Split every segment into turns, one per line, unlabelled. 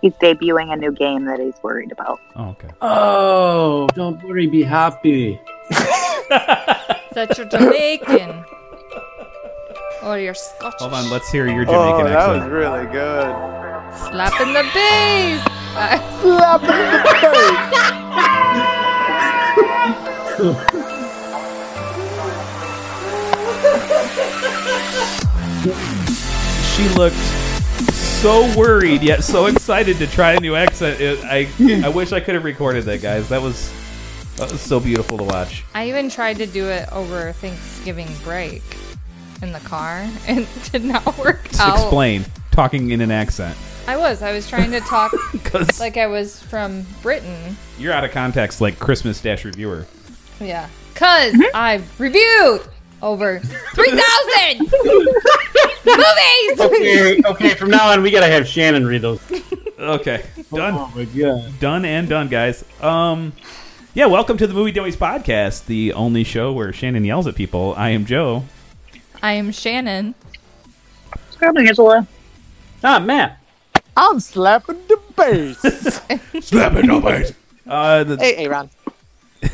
He's debuting a new game that he's worried about.
Oh, okay.
Oh, don't worry, be happy.
that you're Jamaican. or you're Scottish.
Hold on, let's hear your Jamaican
oh, that
accent.
was really good.
Slap in the base. I-
Slap in the face.
She looked so worried yet so excited to try a new accent. It, I I wish I could have recorded that, guys. That was that was so beautiful to watch.
I even tried to do it over Thanksgiving break in the car, and it did not work out.
Explain talking in an accent
I was. I was trying to talk
because
like I was from Britain.
you're out of context, like Christmas Dash reviewer.
Yeah.
Mm-hmm.
because I've reviewed over 3,000 movies!
Okay, okay. From now on, we gotta have Shannon read those.
Okay, done.
Oh my god.
done and done, guys. Um, yeah, welcome to the Movie Dummies podcast, the only show where Shannon yells at people. I am Joe.
I am Shannon.
Scrub Angela.
Ah, Matt.
I'm slapping the bass.
Uh, the,
hey, Aaron. I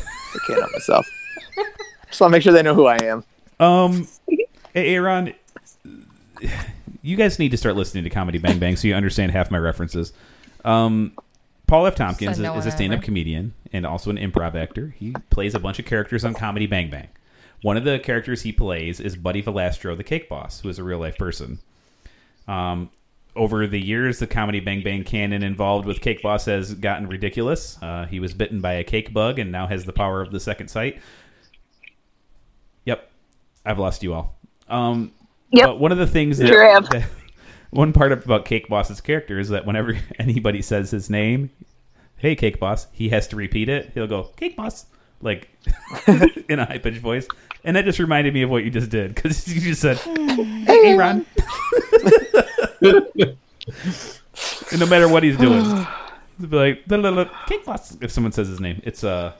can't help myself. Just want to make sure they know who I am.
um, hey, Aaron, you guys need to start listening to Comedy Bang Bang so you understand half my references. Um, Paul F. Tompkins
So no
is
one
a stand up
ever.
comedian and also an improv actor. He plays a bunch of characters on Comedy Bang Bang. One of the characters he plays is Buddy Velastro, the cake boss, who is a real life person. Um, over the years, the comedy Bang Bang canon involved with Cake Boss has gotten ridiculous. Uh, he was bitten by a cake bug and now has the power of the second sight. Yep, I've lost you all. Um,
Yep.
but one of the things that,
Sure have.
that- one part about Cake Boss's character is that whenever anybody says his name, "Hey Cake Boss," he has to repeat it. He'll go "Cake Boss" like in a high pitched voice, and that just reminded me of what you just did because you just said, "Hey Ron." And no matter what he's doing, he'll be like "La, la, la, cake boss. If someone says his name, it's uh,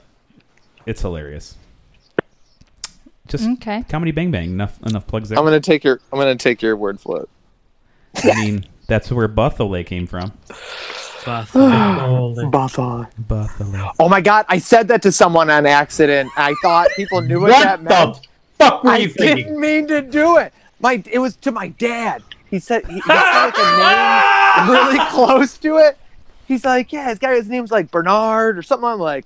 it's hilarious. Just
Okay.
comedy bang bang. Enough enough plugs there.
I'm gonna take your. I'm gonna take your word for it.
I mean, that's where Buffalo came from.
Buffalo.
Buffalo.
Buffalo.
Oh my god! I said that to someone on accident. I thought people knew what,
What
that
the
meant.
fuck were
I
you thinking?
didn't mean to do it. My it was to my dad. He said he, he said like a name really close to it. He's like, yeah, this guy. His name's like Bernard or something. I'm like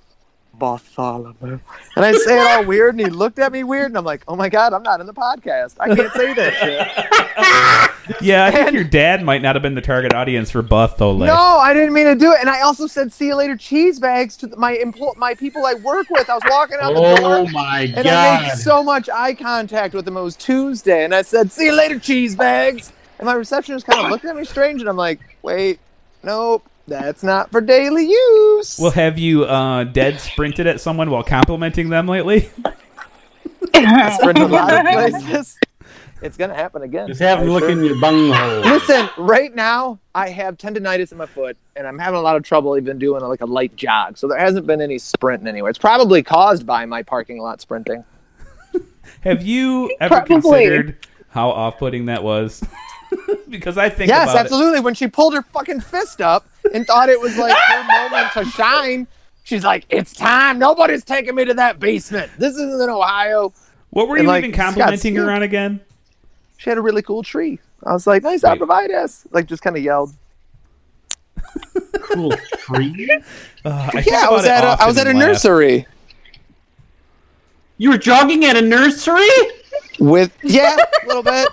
Bartholomew, and I say it all weird, and he looked at me weird, and I'm like, oh my god, I'm not in the podcast. I can't say that shit.
Yeah, I think your dad might not have been the target audience for Buffalo.
No, I didn't mean to do it. And I also said, "See you later, cheese bags." To my empl- my people I work with. I was walking out the door,
Oh my
and I made
god.
so much eye contact with them. It was Tuesday, and I said, "See you later, cheese bags." And my receptionist kind of looked at me strange, and I'm like, "Wait, nope, that's not for daily use."
Well, have you uh, dead sprinted at someone while complimenting them lately?
That's for a lot of places. It's gonna happen again.
Just have him
I'm
look
sure.
in your bunghole.
Listen, right now I have tendonitis in my foot, and I'm having a lot of trouble even doing like a light jog. So there hasn't been any sprinting anywhere. It's probably caused by my parking lot sprinting.
Have you ever
Probably.
considered how off-putting that was? because I think
Yes,
about it.
absolutely. When she pulled her fucking fist up and thought it was like her moment to shine, she's like, "It's time. Nobody's taking me to that basement. This isn't in Ohio."
What were
And,
you
like,
even
Scott
complimenting her
Scoop-
on again?
She had a really cool tree. I was like, "Nice
Wait.
arborvitae." Like, just kind of yelled.
Cool tree.
Uh, I think
Yeah, I was
about
at
it
a, I was
often
at a
and laugh.
nursery.
You were jogging at a nursery?
With yeah, a little bit.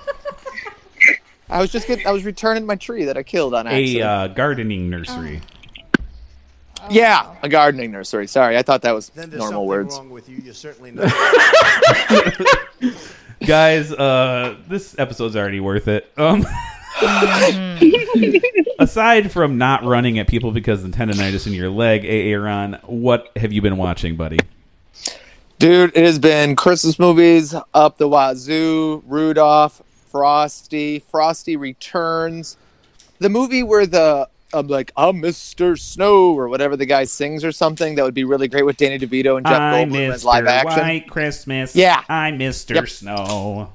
I was just getting, I was returning my tree that I killed on accident.
A uh, gardening nursery.
yeah, a gardening nursery. Sorry, I thought that was
Then there's
normal
something
words.
wrong with you. You certainly know.
Guys, uh, this episode's already worth it. Um, aside from not running at people because of tendonitis in your leg, Aaron, what have you been watching, buddy?
Dude, it has been Christmas movies up the wazoo. Rudolph, Frosty, Frosty returns. The movie where the I'm like I'm Mr. Snow or whatever the guy sings or something that would be really great with Danny DeVito and Jeff
I'm
Goldblum as live action.
White Christmas.
Yeah.
I'm Mr.
Yep.
Snow.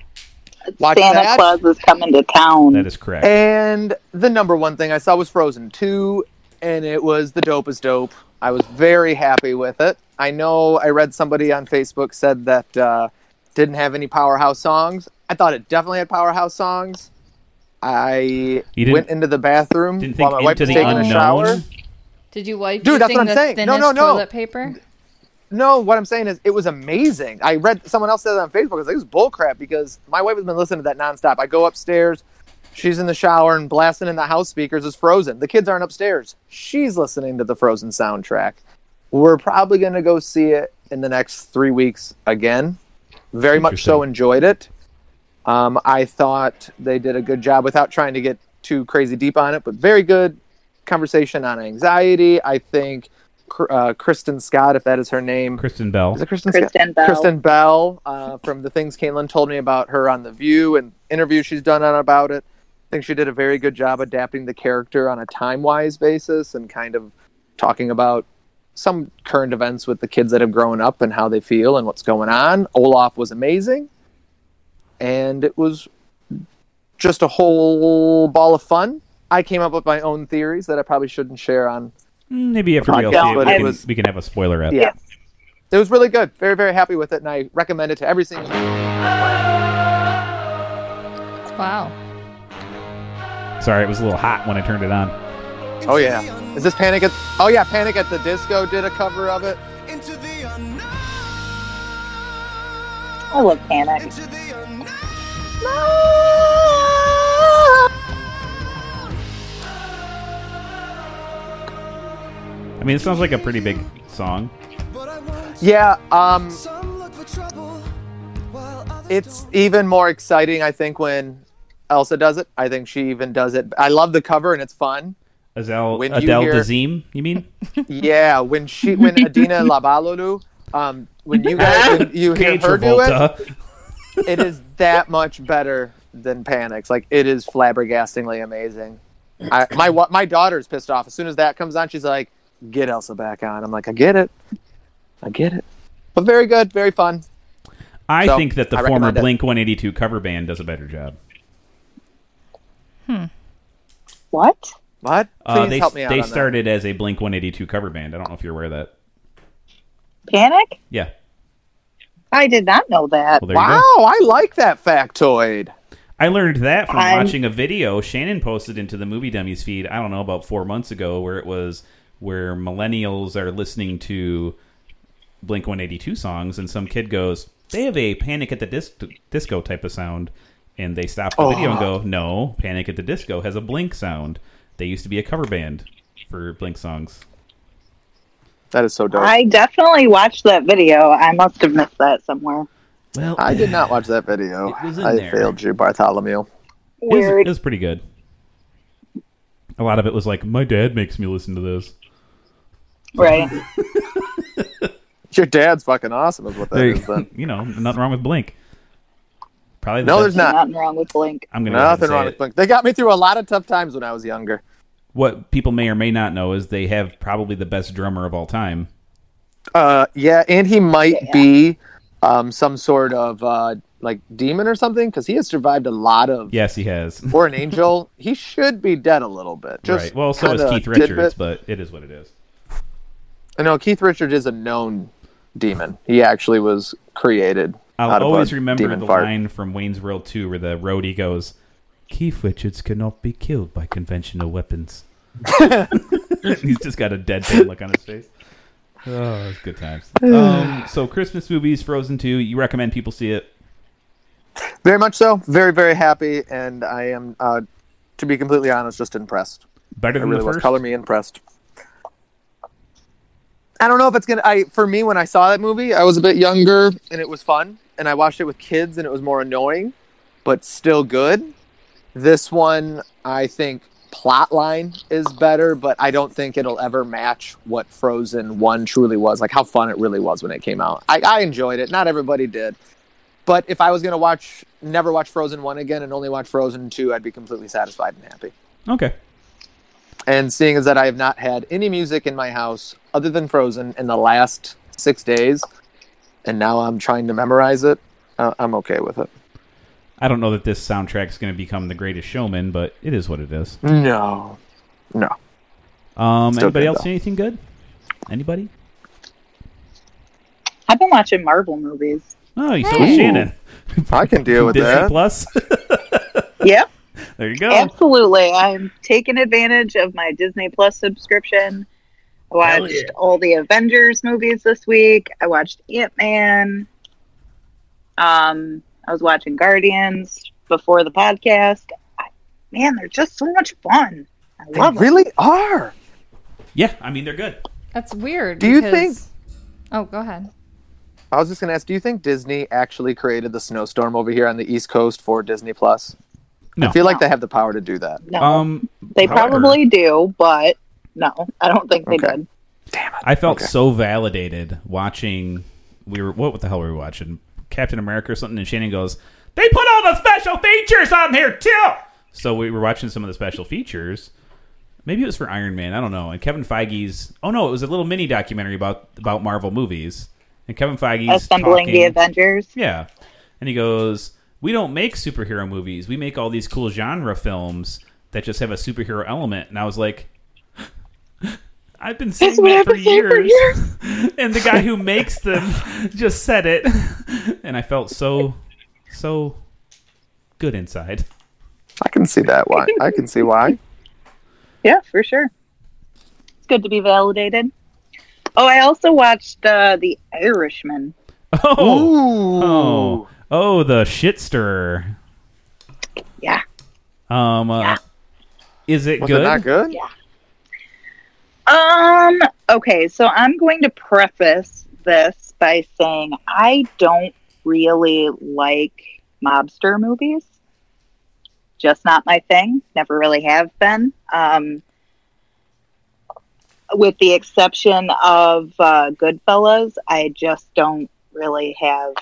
Watch
Santa
that.
Claus is coming to town.
That is correct.
And the number one thing I saw was Frozen 2. and it was the dopest dope. I was very happy with it. I know I read somebody on Facebook said that uh, didn't have any powerhouse songs. I thought it definitely had powerhouse songs. I
You didn't-
went into the bathroom
Didn't think
while my wife
into
was
the
taking
unknown.
a shower.
Did you wipe
Dude, that's
using
what I'm
the
saying. No,
thinnest
no, no.
toilet paper?
No, what I'm saying is it was amazing. I read someone else said that on Facebook. I was like, it was bullcrap because my wife has been listening to that nonstop. I go upstairs, she's in the shower and blasting in the house speakers is Frozen. The kids aren't upstairs. She's listening to the Frozen soundtrack. We're probably going to go see it in the next three weeks again. Very much so
Interesting.
enjoyed it. Um, I thought they did a good job without trying to get too crazy deep on it, but very good conversation on anxiety. I think Cr- uh, Kristen Scott, if that is her name,
Kristen Bell.
is it Kristen Scott?
Kristen Bell.
Kristen Bell uh, from the things Caitlin told me about her on The View and interview she's done on about it. I think she did a very good job adapting the character on a time wise basis and kind of talking about some current events with the kids that have grown up and how they feel and what's going on. Olaf was amazing. And it was just a whole ball of fun. I came up with my own theories that I probably shouldn't share on.
Mm, Maybe after
Podcast,
we all see it, we
but it
can,
was-
we can have a spoiler at.
Yeah. It was really good. Very, very happy with it. And I recommend it to every single.
Wow.
Sorry, it was a little hot when I turned it on.
Oh yeah. Is this Panic at? Oh yeah, Panic at the Disco did a cover of it.
Into the unknown.
I love Panic.
Into the unknown.
I mean, it sounds like a pretty big song.
But I won't.
Yeah. Um,
Some look for trouble. While others
it's
don't.
even more exciting, I think, when Elsa does it. I think she even does it. I love the cover and it's fun.
Adele,
When you
Adele
hear-
Dazeem, you mean?
Yeah. When she, when Adina Labalulu, um, when you guys, when you hear
Hey,
her do it,
Travolta.
it is that much better than Panic's. Like it is flabbergastingly amazing. I, my wa- my daughter's pissed off as soon as that comes on. She's like, "Get Elsa back on." I'm like, "I get it, I get it." But very good, very fun.
I
So,
think that the
I
former
recommend it.
Blink 182 cover band does a better job.
What?
What? Please
Uh, they
help me out.
they
on that.
started as a Blink 182 cover band. I don't know if you're aware of that.
Panic?
Yeah.
I did not know that.
Well, there you
Wow,
go.
I like that factoid.
I learned that from
I'm-
watching a video Shannon posted into the movie dummies feed. I don't know about four months ago, where it was where millennials are listening to Blink One Eighty Two songs, and some kid goes, "They have a Panic at the Dis- Disco type of sound," and they stop the video and go, "No, Panic at the Disco has a Blink sound. They used to be a cover band for Blink songs."
That is so dope. I,
I definitely watched that video. I must have missed that somewhere.
Well,
did not watch that video.
It was in
I
there.
failed you, Bartholomew.
It was, it
Weird.
was pretty good. A lot of it was like, "My dad makes me listen to this."
Right.
Your dad's fucking awesome, is what that
There
is.
you, go.
Then.
you know, nothing wrong with Blink. Probably the
No,
best-
there's not.
Nothing wrong with Blink.
I'm gonna go ahead and
Nothing
say
wrong
it.
with Blink. They got me through a lot of tough times when I was younger.
What people may or may not know is they have probably the best drummer of all time.
Uh, yeah, and he might be um, some sort of uh, like demon or something because he has survived a lot of.
Yes, he has.
Or an angel. he should be dead a little bit. Just
right. Well, so is
kinda
Keith Richards,
tidbit.
but it is what it is.
I know Keith Richards is a known demon. He actually was created. out
I'll
of a
always remember
demon
the
fart.
line from Wayne's World 2 where the roadie goes, "Keith Richards cannot be killed by conventional weapons." He's just got a deadpan look on his face. Oh, it's good times. Um, so Christmas movies, Frozen 2. You recommend people see it?
Very much so. Very, very happy, and I am, uh, to be completely honest, just impressed.
Better
I
than
really
the
was.
first.
Color me impressed. I don't know if it's gonna. I for me when I saw that movie, I was a bit younger and it was fun, and I watched it with kids and it was more annoying, but still good. This one, I think plot line is better, but I don't think it'll ever match what Frozen One truly was. Like how fun it really was when it came out. I, I enjoyed it. Not everybody did, but if I was gonna watch, never watch Frozen One again and only watch Frozen Two, I'd be completely satisfied and happy.
Okay.
And seeing as that I have not had any music in my house other than Frozen in the last six days, and now I'm trying to memorize it, uh, I'm okay with it.
I don't know that this soundtrack's going to become the greatest showman, but it is what it is.
No. No.
Um,
Still
anybody
good,
else
though.
see anything good? Anybody?
I've been watching Marvel movies.
Oh, you saw
Hey.
Shannon.
I can deal with
Disney
that.
Plus.
Yep,
there you go.
absolutely. I'm taking advantage of my Disney Plus subscription. I watched all the Avengers movies this week. I watched Ant Man. Um, I was watching Guardians before the podcast. I, man, they're just so much fun. I
They
love 'em.
really are.
Yeah, I mean they're good.
That's weird.
Do you
because- Oh, go ahead.
I was just gonna ask, do you think Disney actually created the snowstorm over here on the East Coast for Disney Plus?
No.
I feel like they have the power to do that.
No,
Um,
they
however-
probably do, but no, I don't think they
Okay.
did.
I felt
Okay.
so validated watching. We were what, the hell were we watching? Captain America or something? And Shannon goes, "They put all the special features on here too." So we were watching some of the special features. Maybe it was for Iron Man. I don't know. And Kevin Feige's. Oh no, it was a little mini documentary about about Marvel movies. And Kevin Feige's
Assembling Oh, the
talking-
Avengers.
Yeah. And he goes, We don't make superhero movies. We make all these cool genre films that just have a superhero element. And I was like, I've been saying
what
that
I've
for
been saying
years.
for
and the guy who makes them just said it. And I felt so, so good inside.
I can see that why. I can see why.
Yeah, for sure. It's good to be validated. Oh, I also watched uh, The Irishman.
Oh,
Ooh.
oh, oh, the shit stirrer.
Yeah.
Um, uh, is it
Was
good?
it not good?
Yeah. Um. Okay, so I'm going to preface this by saying I don't really like mobster movies. Just not my thing. Never really have been. Um, with the exception of uh, Goodfellas, I just don't really have.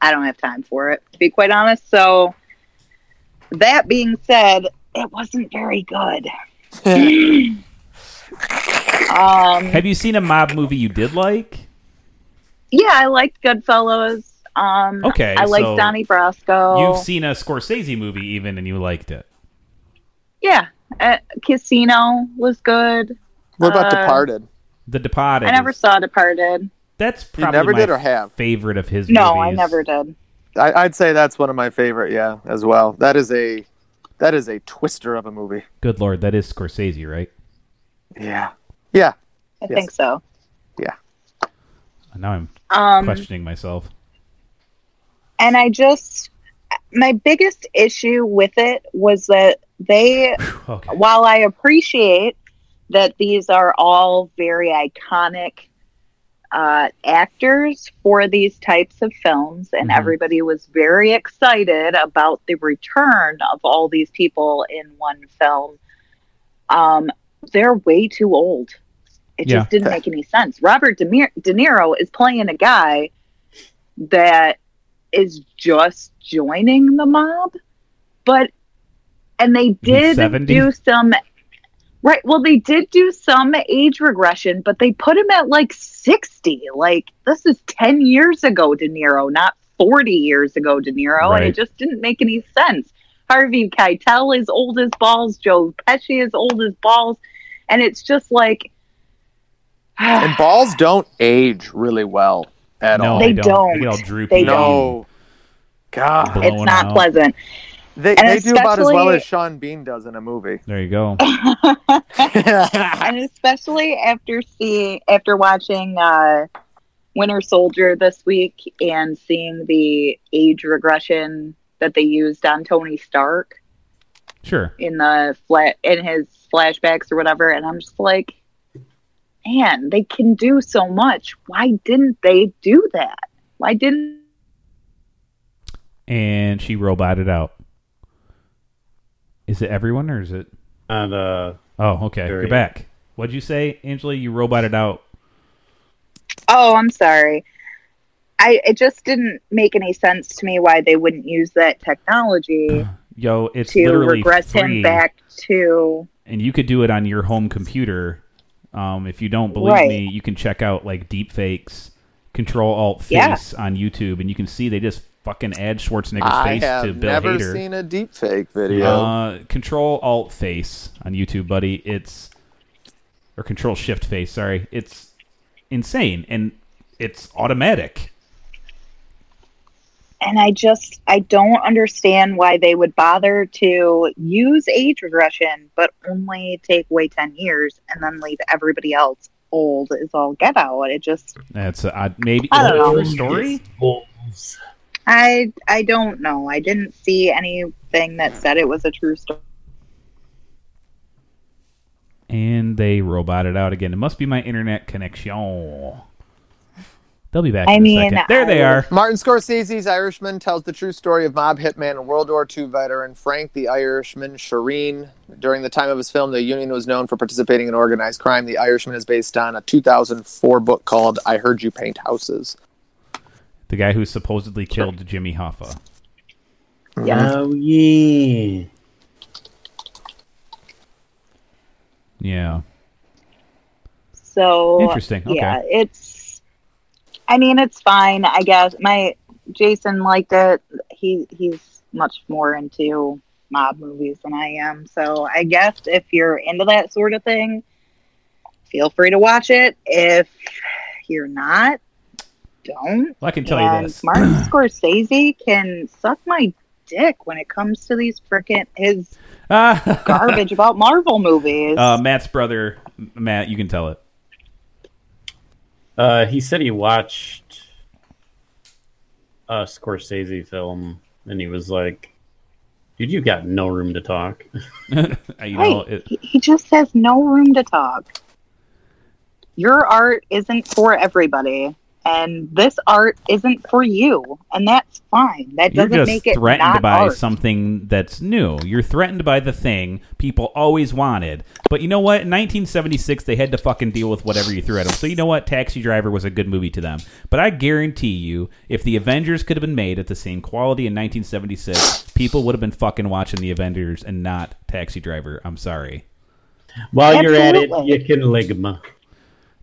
I don't have time for it, to be quite honest. So, that being said, it wasn't very good. Um,
Have you seen a mob movie you did like?
yeah, I liked Goodfellas. Um,
Okay,
I liked
so
Donnie Brasco.
You've seen a Scorsese movie even, and you liked it.
yeah, uh, Casino was good.
What about
Uh,
Departed?
The Departed.
I never
is-
saw Departed.
That's
You
probably
never
my
did or have?
favorite of his.
No, I
movies.
never did.
I, I'd say that's one of my favorite. Yeah, as well. That is a that is a twister of a movie.
Good lord, that is Scorsese, right?
Yeah. Yeah.
I
Yes.
think so.
Now I'm
Um,
questioning myself.
and I just my biggest issue with it was that they
Phew, Okay.
while I appreciate that these are all very iconic uh, actors for these types of films, and
Mhm.
everybody was very excited about the return of all these people in one film, um, they're way too old. It
Yeah.
just didn't make any sense. Robert De, Niro- De Niro is playing a guy that is just joining the mob, but and they did
70?
do some right. Well, they did do some age regression, but they put him at like sixty. Like this is ten years ago, De Niro, not forty years ago, De Niro, and
Right.
it just didn't make any sense. Harvey Keitel is old as balls. Joe Pesci is old as balls, and it's just like
And balls don't age really well at
no,
all.
They
don't. They
don't.
get all droopy.
They
and
no. God.
blown
it's not
out.
pleasant.
They,
And
they do about as well
especially-
as Sean Bean does in a movie.
There you go.
yeah.
and especially after seeing after watching uh, Winter Soldier this week and seeing the age regression that they used on Tony Stark
Sure.
in the flat in his flashbacks or whatever, and I'm just like, man, they can do so much. Why didn't they do that? Why didn't
And she roboted out. Is it everyone or is it?
And, uh,
Oh, okay.
There
You're
you go.
back. What'd you say, Angela? You roboted out.
Oh, I'm sorry. I it just didn't make any sense to me why they wouldn't use that technology
Yo, it's
to
literally
regress
free.
him back to
and you could do it on your home computer. Um, if you don't believe
Right.
me, you can check out like deepfakes, Control Alt
Yeah.
Face on YouTube, and you can see they just fucking add Schwarzenegger's
I
face
have
to Bill
never
Hader.
seen a deep fake video.
Uh, control Alt Face on YouTube, buddy. It's or Control Shift Face. Sorry, it's insane and it's automatic.
And I just I don't understand why they would bother to use age regression, but only take away ten years and then leave everybody else old is all get out. It just
That's a odd, maybe
I don't
Oh,
true story.
Balls.
I I don't know. I didn't see anything that said it was a true story.
And they roboted out again. It must be my internet connection. They'll be back.
I
in
mean,
a second. there they
I-
are.
Martin Scorsese's Irishman tells the true story of mob hitman and World War II veteran Frank the Irishman Shireen. During the time of his film, the Union was known for participating in organized crime. The Irishman is based on a 2004 book called I Heard You Paint Houses.
The guy who supposedly killed Jimmy Hoffa.
Mm-hmm.
Oh yeah.
Yeah.
So
Interesting, okay.
Yeah, it's. I mean, it's fine. I guess my Jason liked it. He he's much more into mob movies than I am. So I guess if you're into that sort of thing, feel free to watch it. If you're not, don't.
Well, I can tell
and
you this.
Martin Scorsese can suck my dick when it comes to these frickin' his
Ah,
garbage about Marvel movies.
uh, Matt's brother, M- Matt. You can tell it.
Uh, he said he watched a Scorsese film, and he was like, "Dude, you've got no room to talk."
you know,
Right.
it,
he, he just has no room to talk. Your art isn't for everybody, and this art isn't for you, and that's fine. That
you're
doesn't
just
make it
threatened
not
by
art.
something that's new. You're threatened by the thing people always wanted. But you know what? In 1976, they had to fucking deal with whatever you threw at them. So you know what? Taxi Driver was a good movie to them. But I guarantee you, if the Avengers could have been made at the same quality in 1976, people would have been fucking watching the Avengers and not Taxi Driver. I'm sorry.
While you're at
Absolutely.
it, you can ligma.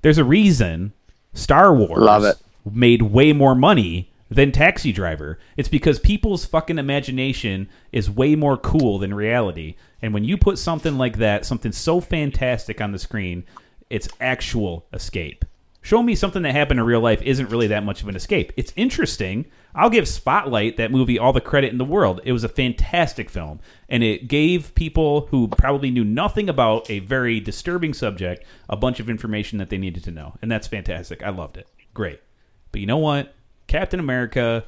There's a reason Star Wars
Love it.
made way more money than Taxi Driver. It's because people's fucking imagination is way more cool than reality. And when you put something like that, something so fantastic on the screen, it's actual escape. Show me something that happened in real life isn't really that much of an escape. It's interesting. I'll give Spotlight, that movie, all the credit in the world. It was a fantastic film, and it gave people who probably knew nothing about a very disturbing subject a bunch of information that they needed to know. And that's fantastic. I loved it. Great. But you know what? Captain America,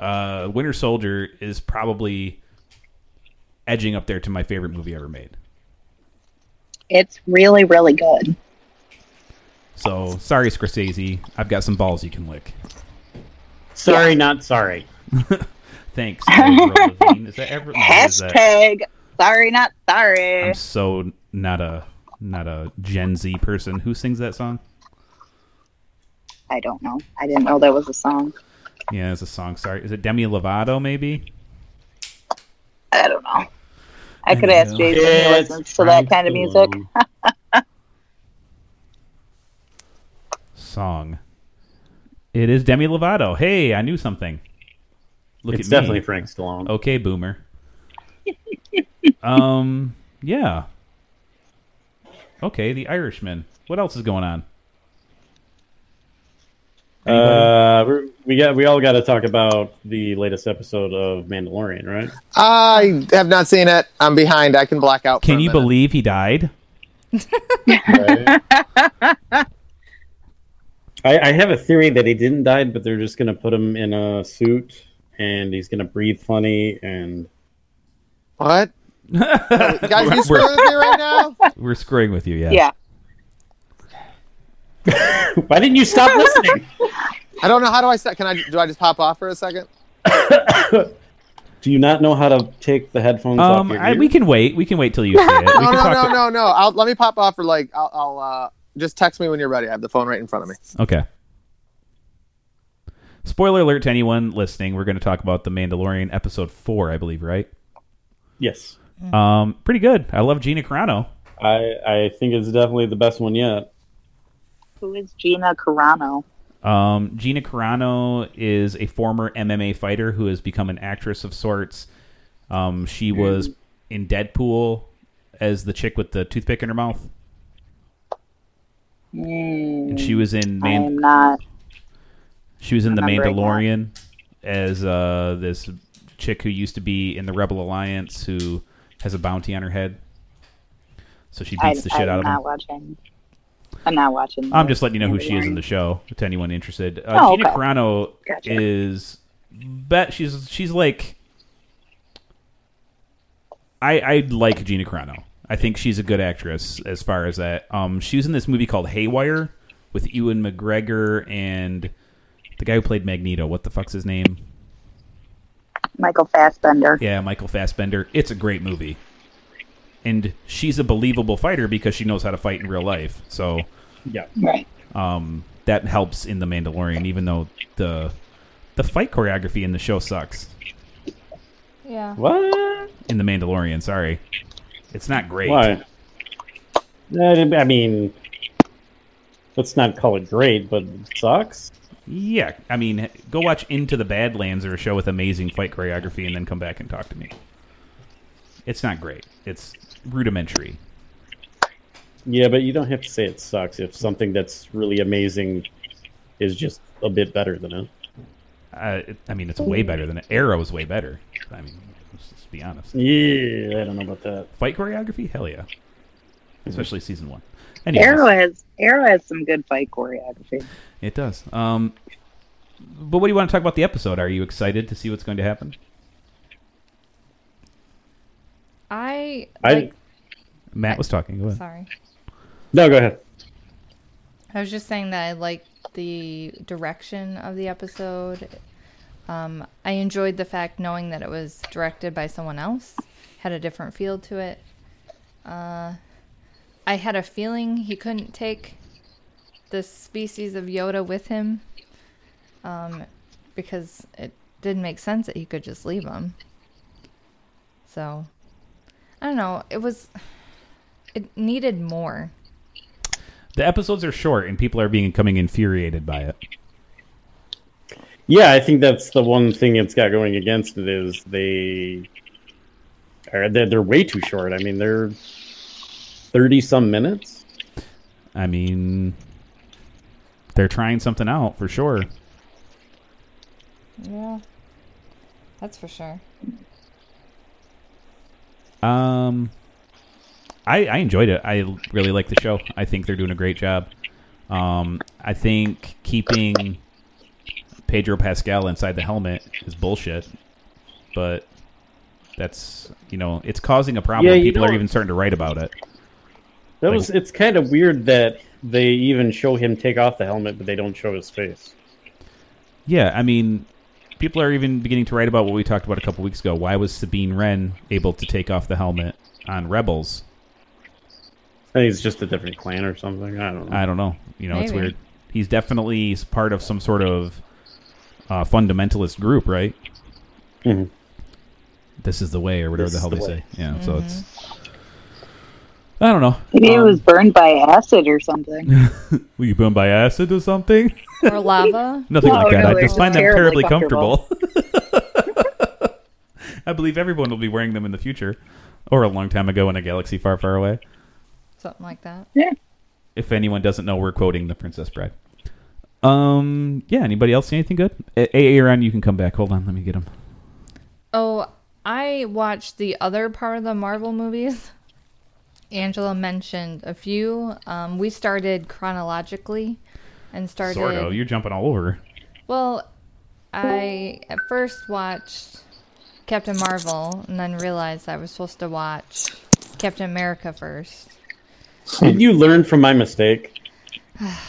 uh, Winter Soldier is probably edging up there to my favorite movie ever made.
It's really, really good.
So sorry, Scorsese. I've got some balls you can lick.
Sorry, not sorry.
Thanks. Avril Lavigne. Is that Avril- no, is that-
Hashtag sorry, not sorry.
I'm so not a not a Gen Z person. Who sings that song?
I don't know. I didn't know that was a song.
Yeah, it's a song. Sorry, is it Demi Lovato? Maybe.
I don't know. I could
I
ask
know.
Jason he
It's
listens to that
Frank
kind of music.
Stallone.
Song. It is Demi Lovato. Hey, I knew something. Look
it's
at me. Oh,
definitely Frank Stallone.
Okay, boomer. um, yeah. Okay, The Irishman. What else is going on?
uh, we're- we got we all got to talk about the latest episode of Mandalorian, right?
I have not seen it. I'm behind. I can black out. for
Can
a
you
minute.
believe he died?
I, I have a theory that he didn't die, but they're just going to put him in a suit and he's going to breathe funny. And
What? Guys,
We're-
you screwing with me right now?
We're screwing with you, yeah.
Yeah.
why didn't you stop listening?
I don't know. How do I set? Can I? Do I just pop off for a second?
Do you not know how to take the headphones off
Um,
your
I,
ear?
we can wait. We can wait till you see it. We
no,
can
no,
talk
no,
to-
no, no. I'll let me pop off for like I'll, I'll uh, just text me when you're ready. I have the phone right in front of me.
Okay. Spoiler alert to anyone listening. We're going to talk about The Mandalorian episode 4, I believe, right?
Yes.
Um, pretty good. I love Gina Carano.
I, I think it's definitely the best one yet.
Who is Gina Carano?
Um, Gina Carano is a former MMA fighter who has become an actress of sorts. Um, she was in Deadpool as the chick with the toothpick in her mouth,
Mm,
and she was in
I
Man-
am not.
she was in The
remembering that.
Mandalorian as uh, this chick who used to be in the Rebel Alliance who has a bounty on her head. So she
I,
beats the
I'm
shit out of him.
not watching. I'm not watching.
I'm just letting you know who she is in the
Mandalorian.
show to anyone interested. Uh,
Oh,
Gina
okay.
Carano
Gotcha.
is bet she's she's like I I like Gina Carano. I think she's a good actress as far as that. Um, she was in this movie called Haywire with Ewan McGregor and the guy who played Magneto. What the fuck's his name?
Michael Fassbender.
Yeah, Michael Fassbender. It's a great movie. And she's a believable fighter because she knows how to fight in real life. So
Yeah.
Right.
um, that helps in the Mandalorian, even though the the fight choreography in the show sucks.
Yeah.
What?
In the Mandalorian, sorry, it's not great.
Why? I I mean, let's not call it great, but it sucks.
Yeah, I mean, go watch Into the Badlands or a show with amazing fight choreography, and then come back and talk to me. It's not great. It's rudimentary.
Yeah, but you don't have to say it sucks if something that's really amazing is just a bit better than it.
Uh, it, I mean, it's way better than Arrow is way better. I mean, let's just be honest.
Yeah, I don't know about that.
Fight choreography, hell yeah, especially season one. Anyways.
Arrow has Arrow has some good fight choreography.
It does. Um, but what do you want to talk about the episode? Are you excited to see what's going to happen?
I
I-
like,
Matt was talking. Go ahead.
sorry.
No, go ahead.
I was just saying that I liked the direction of the episode. Um, I enjoyed the fact knowing that it was directed by someone else, had a different feel to it. Uh, I had a feeling he couldn't take the species of Yoda with him um, because it didn't make sense that he could just leave him. So, I don't know. It was, it needed more.
The episodes are short, and people are being coming infuriated by it.
Yeah, I think that's the one thing it's got going against it is they are they're, they're way too short. I mean, they're thirty some minutes.
I mean, they're trying something out for sure.
Yeah, that's for sure.
Um, I I enjoyed it. I really like the show. I think they're doing a great job. Um, I think keeping Pedro Pascal inside the helmet is bullshit, but that's you know it's causing a problem.
Yeah, you
people are
don't-
even starting to write about it.
That
Like-
was it's kind of weird that they even show him take off the helmet, but they don't show his face.
Yeah, I mean, people are even beginning to write about what we talked about a couple weeks ago. Why was Sabine Wren able to take off the helmet on Rebels?
I think it's just a different clan or something. I don't know.
I don't know. You know, it's
Maybe.
weird. He's definitely part of some sort of uh, fundamentalist group, right?
Mhm.
This is the way, or whatever
This
the
is
hell
the
they
way.
say. Yeah. So it's. I don't know.
Maybe it
Um,
was burned by acid or something.
Were you burned by acid or something?
Or lava.
Nothing
No,
like that.
no,
I
it's
just
just
find them terribly
terribly
comfortable. I believe everyone will be wearing them in the future, or a long time ago in a galaxy far, far away.
Something like that.
If anyone doesn't know, we're quoting The Princess Bride. Um. Yeah. Anybody else see anything good? A- AA Aaron, you can come back. Hold on. Let me get him.
Oh, I watched the other part of the Marvel movies. Angela mentioned a few. Um, we started chronologically and started.
Sort of. You're jumping all over.
Well, I at first watched Captain Marvel and then realized I was supposed to watch Captain America first.
Did you learn from my mistake?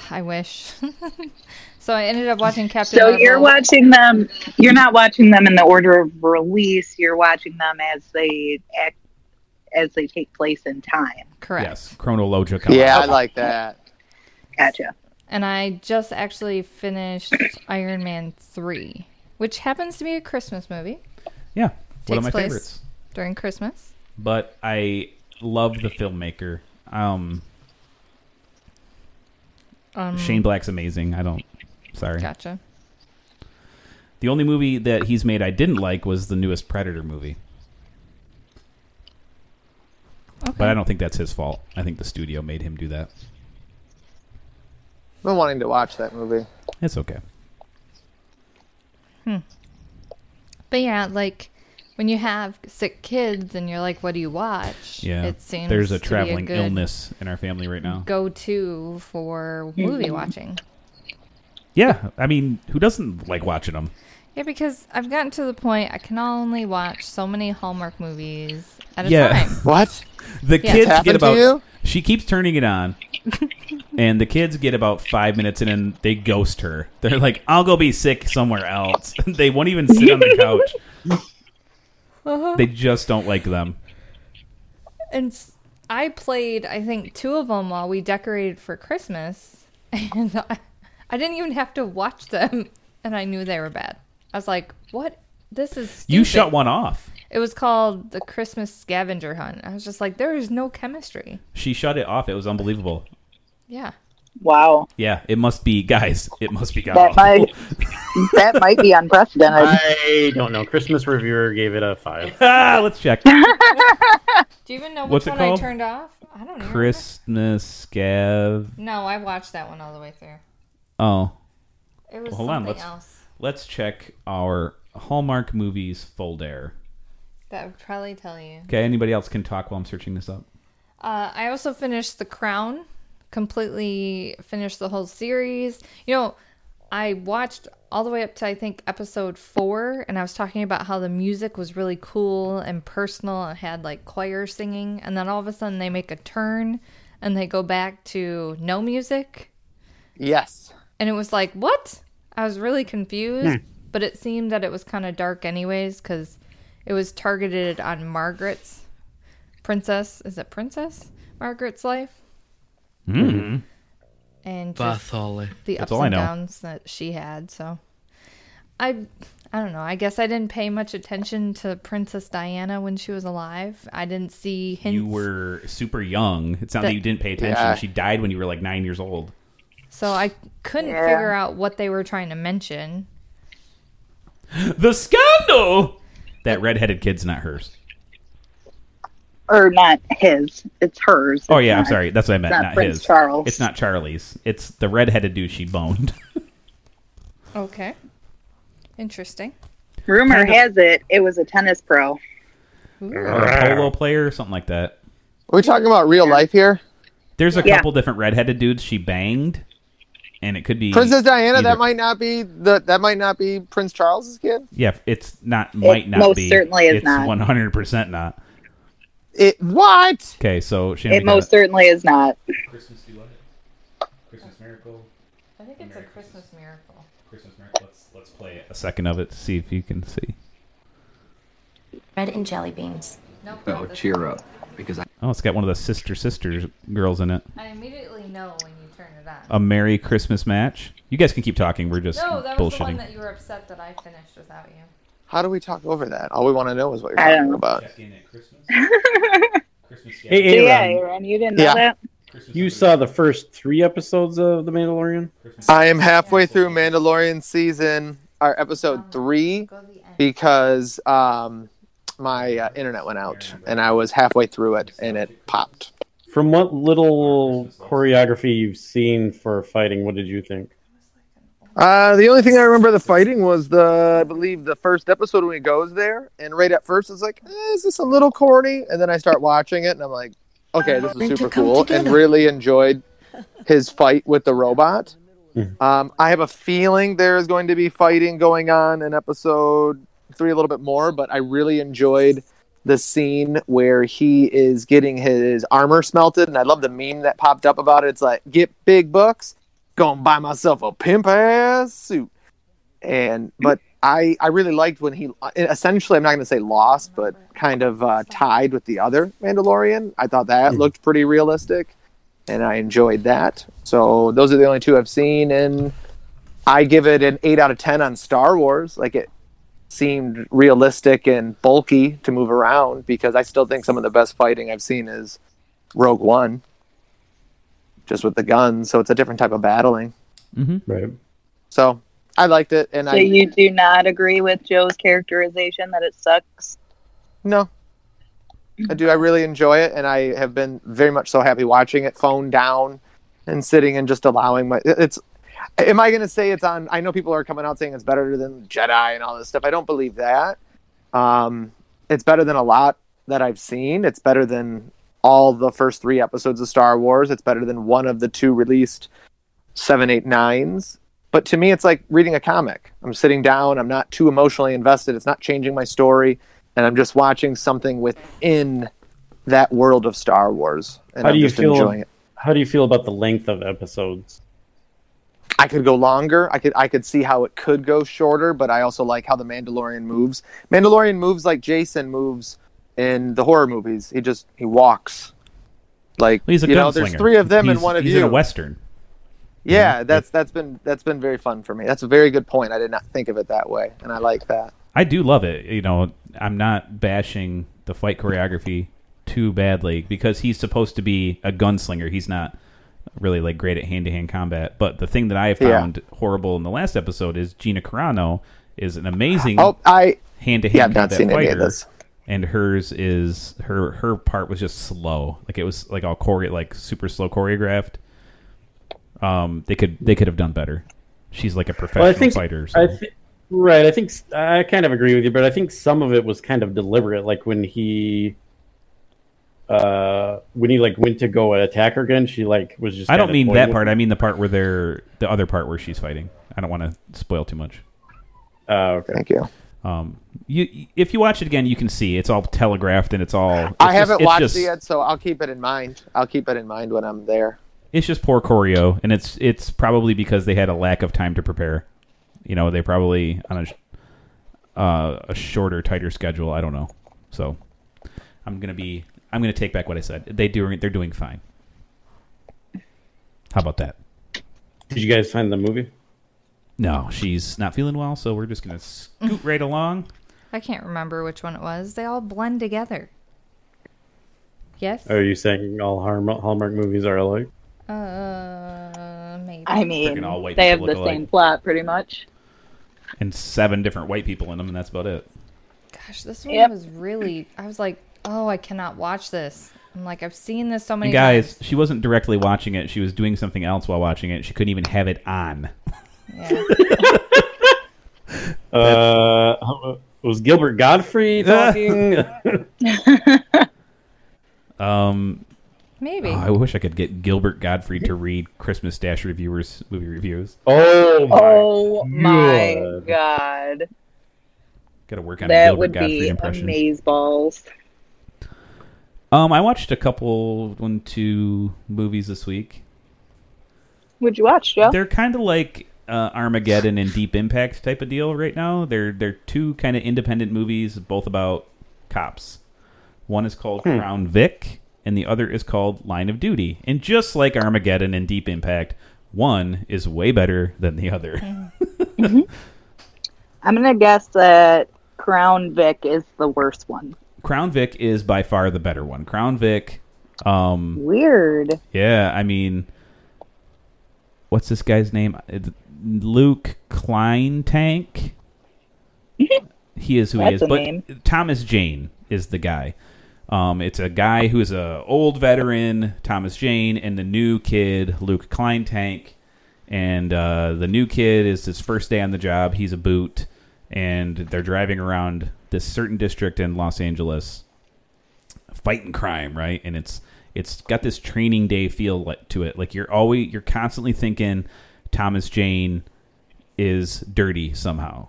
I wish. so I ended up watching Captain
so
Marvel.
you're watching them. You're not watching them in the order of release. You're watching them as they act, as they take place in time.
Correct.
Yes. Chronological.
Yeah, I like that.
Gotcha.
And I just actually finished Iron Man 3, which happens to be a Christmas movie
Yeah. One of
Takes
my
place.
favorites.
during Christmas.
But I love the filmmaker. Um.
Um,
Shane Black's amazing. I don't. Sorry.
Gotcha.
The only movie that he's made I didn't like was the newest Predator movie,
Okay.
but I don't think that's his fault. I think the studio made him do that.
I've been wanting to watch that movie.
It's okay.
But yeah, like when you have sick kids and you're like, what do you watch?
Yeah.
It seems
there's
to
a
be
traveling
good
illness in our family right now.
Go to for movie watching.
Yeah, I mean, who doesn't like watching them?
Yeah, because I've gotten to the point I can only watch so many Hallmark movies at a
Yeah.
time.
What?
The
Yeah.
kids
Happened
get
to
about.
you?
She keeps turning it on, and the kids get about five minutes, and then they ghost her. They're like, "I'll go be sick somewhere else." they won't even sit on the couch.
Uh-huh.
They just don't like them.
And s- I played, I think, two of them while we decorated for Christmas, and I, I didn't even have to watch them, and I knew they were bad. I was like, "What? This is stupid.
You shut one off.
It was called the Christmas scavenger hunt. I was just like, there is no chemistry.
She shut it off. It was unbelievable.
Yeah.
Wow.
Yeah, it must be guys. It must be
That
guys.
might that might be
Uh,
unprecedented.
I don't know. Christmas reviewer gave it a five.
ah, let's check.
Do you even know
What's
which
it
one I
called?
turned off? I don't know.
Christmas scav.
No, I watched that one all the way through.
Oh,
It was
Well, hold on,
something
let's-
else.
let's check our Hallmark movies folder.
That would probably tell you.
Okay, anybody else can talk while I'm searching this up.
Uh, I also finished The Crown, completely finished the whole series. You know, I watched all the way up to I think episode four, and I was talking about how the music was really cool and personal and had like choir singing, and then all of a sudden they make a turn and they go back to no music,
Yes.
and it was like what? I was really confused,
Hmm.
but it seemed that it was kind of dark anyways because it was targeted on Margaret's princess. Is it princess Margaret's life? Mm-hmm.
Mm.
and just
Bartholomew.
the
That's
ups
all I
and
know.
downs that she had. So, I, I don't know. I guess I didn't pay much attention to Princess Diana when she was alive. I didn't see hints.
You were super young. It's not that,
That-
you didn't pay attention.
Yeah.
She died when you were like nine years old.
so I couldn't
Yeah.
figure out what they were trying to mention.
The scandal. That redheaded kid's not hers.
Or not his. It's hers.
Oh
It's
yeah, I'm
not-
sorry. That's what I meant.
not
Not,
Prince
his.
Charles.
It's not Charlie's. It's the redheaded dude she boned.
Okay, interesting.
Rumor has it it was a tennis pro.
or a polo player or something like that.
Are we talking about real life here?
There's a
Yeah.
couple different redheaded dudes she banged, and it could be
Princess Diana,
either-
that might not be the that might not be Prince Charles's kid.
Yeah, it's not. Might not
most
be.
certainly is
it's
not.
100 percent not.
It what?
Okay, so Shannon,
It
we got
most certainly is not.
Christmas Delight, Christmas Miracle,
I think it's a Christmas miracle.
Christmas Miracle. Let's let's play a second of it to see if you can see.
bread and jelly beans.
Nope.
Oh, cheer up, because I
Oh, it's got one of the sister sisters girls in it.
I immediately know when you turn it on.
A Merry Christmas match. You guys can keep talking. We're just
no, that was the one
bullshitting.
that you were upset that I finished without you.
How do we talk over that? All we want to know is what you're
I
talking
don't know.
about.
in at Christmas. Christmas.
Hey,
So,
Aaron,
yeah, Aaron, you didn't
Yeah.
know that?
you saw the first three episodes of The Mandalorian?
I am halfway through Mandalorian season, or episode three,
Go to the end.
because um, my uh, internet went out, and I was halfway through it, and it popped.
From what little choreography you've seen for fighting, what did you think?
Uh, the only thing I remember the fighting was the, I believe, the first episode when he goes there, and right at first it's like, eh, is this a little corny? And then I start watching it, and I'm like, okay, this is super cool, and really enjoyed his fight with the robot.
Mhm.
Um, I have a feeling there is going to be fighting going on in episode three a little bit more, but I really enjoyed the scene where he is getting his armor smelted, and I love the meme that popped up about it. It's like, get big bucks, gonna buy myself a pimp ass suit. And but I I really liked when he uh, essentially I'm not gonna say lost, but kind of uh, tied with the other Mandalorian. I thought that looked pretty realistic, and I enjoyed that. So those are the only two I've seen, and I give it an eight out of ten on Star Wars. Like it seemed realistic and bulky to move around because I still think some of the best fighting I've seen is Rogue One, just with the guns. So it's a different type of battling.
Mm-hmm.
Right.
So I liked it, and
So
I
you do not agree with Joe's characterization that it sucks?
No. I do. I really enjoy it, and I have been very much so happy watching it, phone down, and sitting and just allowing my. It's. Am I going to say it's on? I know people are coming out saying it's better than Jedi and all this stuff. I don't believe that. Um, it's better than a lot that I've seen. It's better than all the first three episodes of Star Wars. It's better than one of the two released seven, eight, nines. But to me, it's like reading a comic. I'm sitting down. I'm not too emotionally invested. It's not changing my story and I'm just watching something within that world of Star Wars, and
How
I'm
do you
just
feel-
enjoying it.
How do you feel about the length of episodes?
I could go longer. I could I could see how it could go shorter, but I also like how the Mandalorian moves. Mandalorian moves like Jason moves in the horror movies. He just he walks. Like
Well, he's a
you
gunslinger.
know, there's three of them
he's,
and one of
he's
you.
in a western.
yeah, that's that's been that's been very fun for me. That's a very good point. I did not think of it that way, and I like that.
I do love it. You know, I'm not bashing the fight choreography too badly because he's supposed to be a gunslinger. He's not really like great at hand to hand combat. But the thing that I
Yeah.
found horrible in the last episode is Gina Carano is an amazing
Oh, I
hand to
yeah,
hand
I've not
combat
seen any of
fighter,
this.
and hers is her her part was just slow. Like it was like all chore like super slow choreographed. Um, they could they could have done better. She's like a professional
Well, I think
fighter. So.
I thi- right. I think s- I kind of agree with you, but I think some of it was kind of deliberate, like when he. Uh, when he like went to go attack her again, she like was just.
I don't
kinda
mean
toying
that
with
part. I mean the part where they're the other part where she's fighting. I don't want to spoil too much.
Oh, okay.
Thank you.
Um, you if you watch it again, you can see it's all telegraphed and it's all. It's
I haven't
just, it's
watched
just,
it yet, so I'll keep it in mind. I'll keep it in mind when I'm there.
It's just poor choreo, and it's it's probably because they had a lack of time to prepare. You know, they probably on a sh- uh, a shorter, tighter schedule. I don't know. So I'm gonna be I'm gonna take back what I said. They do they're doing fine. How about that?
Did you guys find the movie?
No, she's not feeling well, so we're just gonna scoot right along.
I can't remember which one it was. They all blend together. Yes?
Or are you saying all Hallmark Hallmark movies are alike?
Uh, maybe.
I mean,
Freaking all white
they have
people
the
look alike.
same plot pretty much.
and seven different white people in them, and that's about it.
Gosh, this one
Yep.
was really. I was like, oh, I cannot watch this. I'm like, I've seen this so many
And guys,
times.
she wasn't directly watching it; she was doing something else while watching it. She couldn't even have it on.
Yeah.
Uh, how- was Gilbert Godfrey talking?
Um,
Maybe.
oh, I wish I could get Gilbert Godfrey to read Christmas Dash reviewers movie reviews.
oh my!
Oh my
God.
god.
Got to work on a
that
Gilbert
would
Godfrey
be
impression.
amazeballs. balls.
Um, I watched a couple, one, two movies this week.
Would you watch, Joe?
They're kind of like uh, Armageddon and Deep Impact type of deal right now. They're they're two kind of independent movies, both about cops. One is called Crown Vic, and the other is called Line of Duty. And just like Armageddon and Deep Impact, one is way better than the other.
I'm gonna guess that Crown Vic is the worst one.
Crown Vic is by far the better one. Crown Vic, um,
Weird.
yeah, I mean, what's this guy's name? It's Luke Klein Tank. he is who he
That's
is.
a
but
name.
Thomas Jane is the guy. Um, it's a guy who is a old veteran, Thomas Jane, and the new kid, Luke Kleintank. And uh, the new kid is his first day on the job. He's a boot, and they're driving around this certain district in Los Angeles, fighting crime, right? And it's it's got this training day feel like- to it. Like you're always you're constantly thinking Thomas Jane is dirty somehow.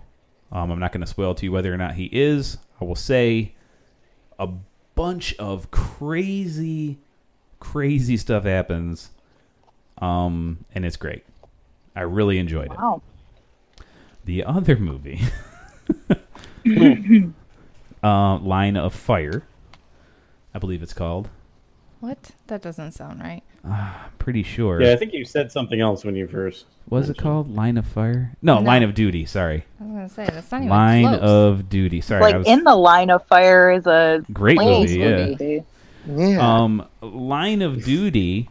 Um, I'm not going to spoil to you whether or not he is. I will say a bunch of crazy, crazy stuff happens, um, and it's great. I really enjoyed it.
Wow.
The other movie, uh, Line of Fire, I believe it's called.
what? That doesn't sound right.
I'm pretty sure.
Yeah, I think you said something else when you first.
Was it called Line of Fire? No, Line of Duty. Sorry,
I was gonna say that's not even
Line
close.
of Duty. Sorry, I
Like
was
in the line of fire is a
great
Planes
movie. Yeah.
movie.
Yeah.
Um, Line of Duty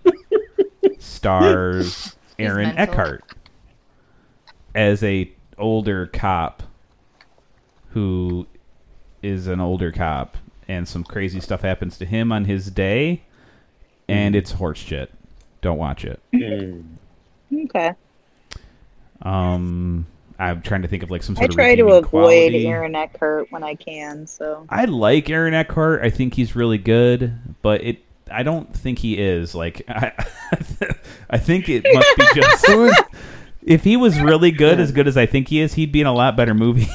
stars Aaron
mental.
Eckhart, as a older cop who is an older cop and some crazy stuff happens to him on his day and it's horse shit. Don't watch it.
Okay.
Um I'm trying to think of like some
I
sort of
try to
redeeming
avoid
quality.
Aaron Eckhart when I can. So
I like Aaron Eckhart. I think he's really good, but it I don't think he is. Like I I think it must be just if he was really good, as good as I think he is, he'd be in a lot better movies.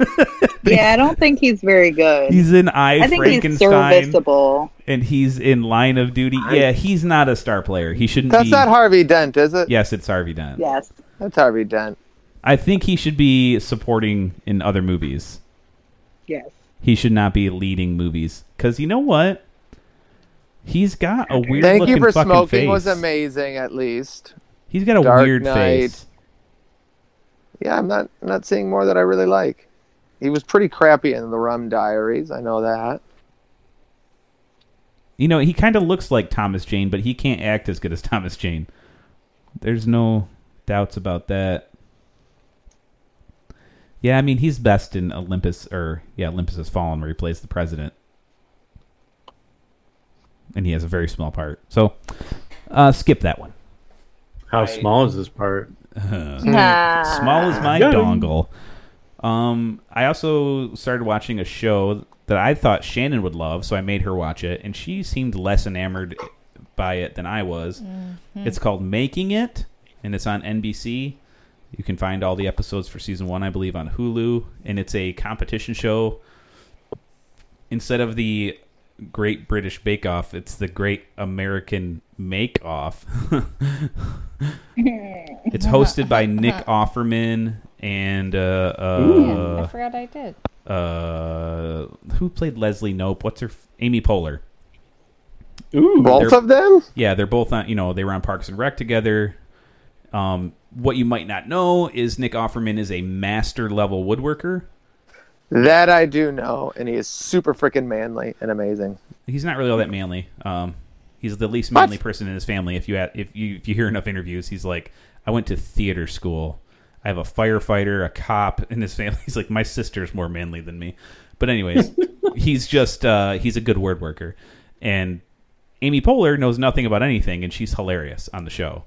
yeah, I don't think he's very good.
he's in I,
I think he's
Frankenstein
serviceable.
and he's in Line of Duty. yeah, he's not a star player. He shouldn't
That's
be
not Harvey Dent, is it?
Yes, it's Harvey Dent.
Yes.
That's Harvey Dent.
I think he should be supporting in other movies.
Yes.
He should not be leading movies cuz you know what? He's got a weird
Thank
looking
you for
fucking
smoking
face.
was amazing at least.
He's got a
Dark
weird
Knight.
face.
Yeah, I'm not I'm not seeing more that I really like. He was pretty crappy in the Rum Diaries. I know that.
You know, he kind of looks like Thomas Jane, but he can't act as good as Thomas Jane. There's no doubts about that. Yeah, I mean, he's best in Olympus, or, yeah, Olympus Has Fallen, where he plays the president. And he has a very small part. So, uh, skip that one.
How small is this part?
Nah.
Mm. Small as my
Yeah.
dongle. Um, I also started watching a show that I thought Shannon would love, so I made her watch it, and she seemed less enamored by it than I was. It's called Making It, and it's on NBC. You can find all the episodes for season one, I believe, on Hulu, and it's a competition show. Instead of the Great British Bake Off, it's the Great American Make Off. it's hosted by Nick Offerman and uh,
I
uh,
forgot I did.
uh, who played Leslie Nope? What's her f- Amy Poehler?
Ooh,
Both of them?
yeah, they're both on. You know, they were on Parks and Rec together. Um, what you might not know is Nick Offerman is a master level woodworker.
That I do know, and he is super freaking manly and amazing.
He's not really all that manly. Um, he's the least manly
What?
person in his family. If you at, if you if you hear enough interviews, he's like, I went to theater school. I have a firefighter, a cop in his family. He's like, my sister's more manly than me. But anyways, he's just uh, he's a good word worker. And Amy Poehler knows nothing about anything, and she's hilarious on the show.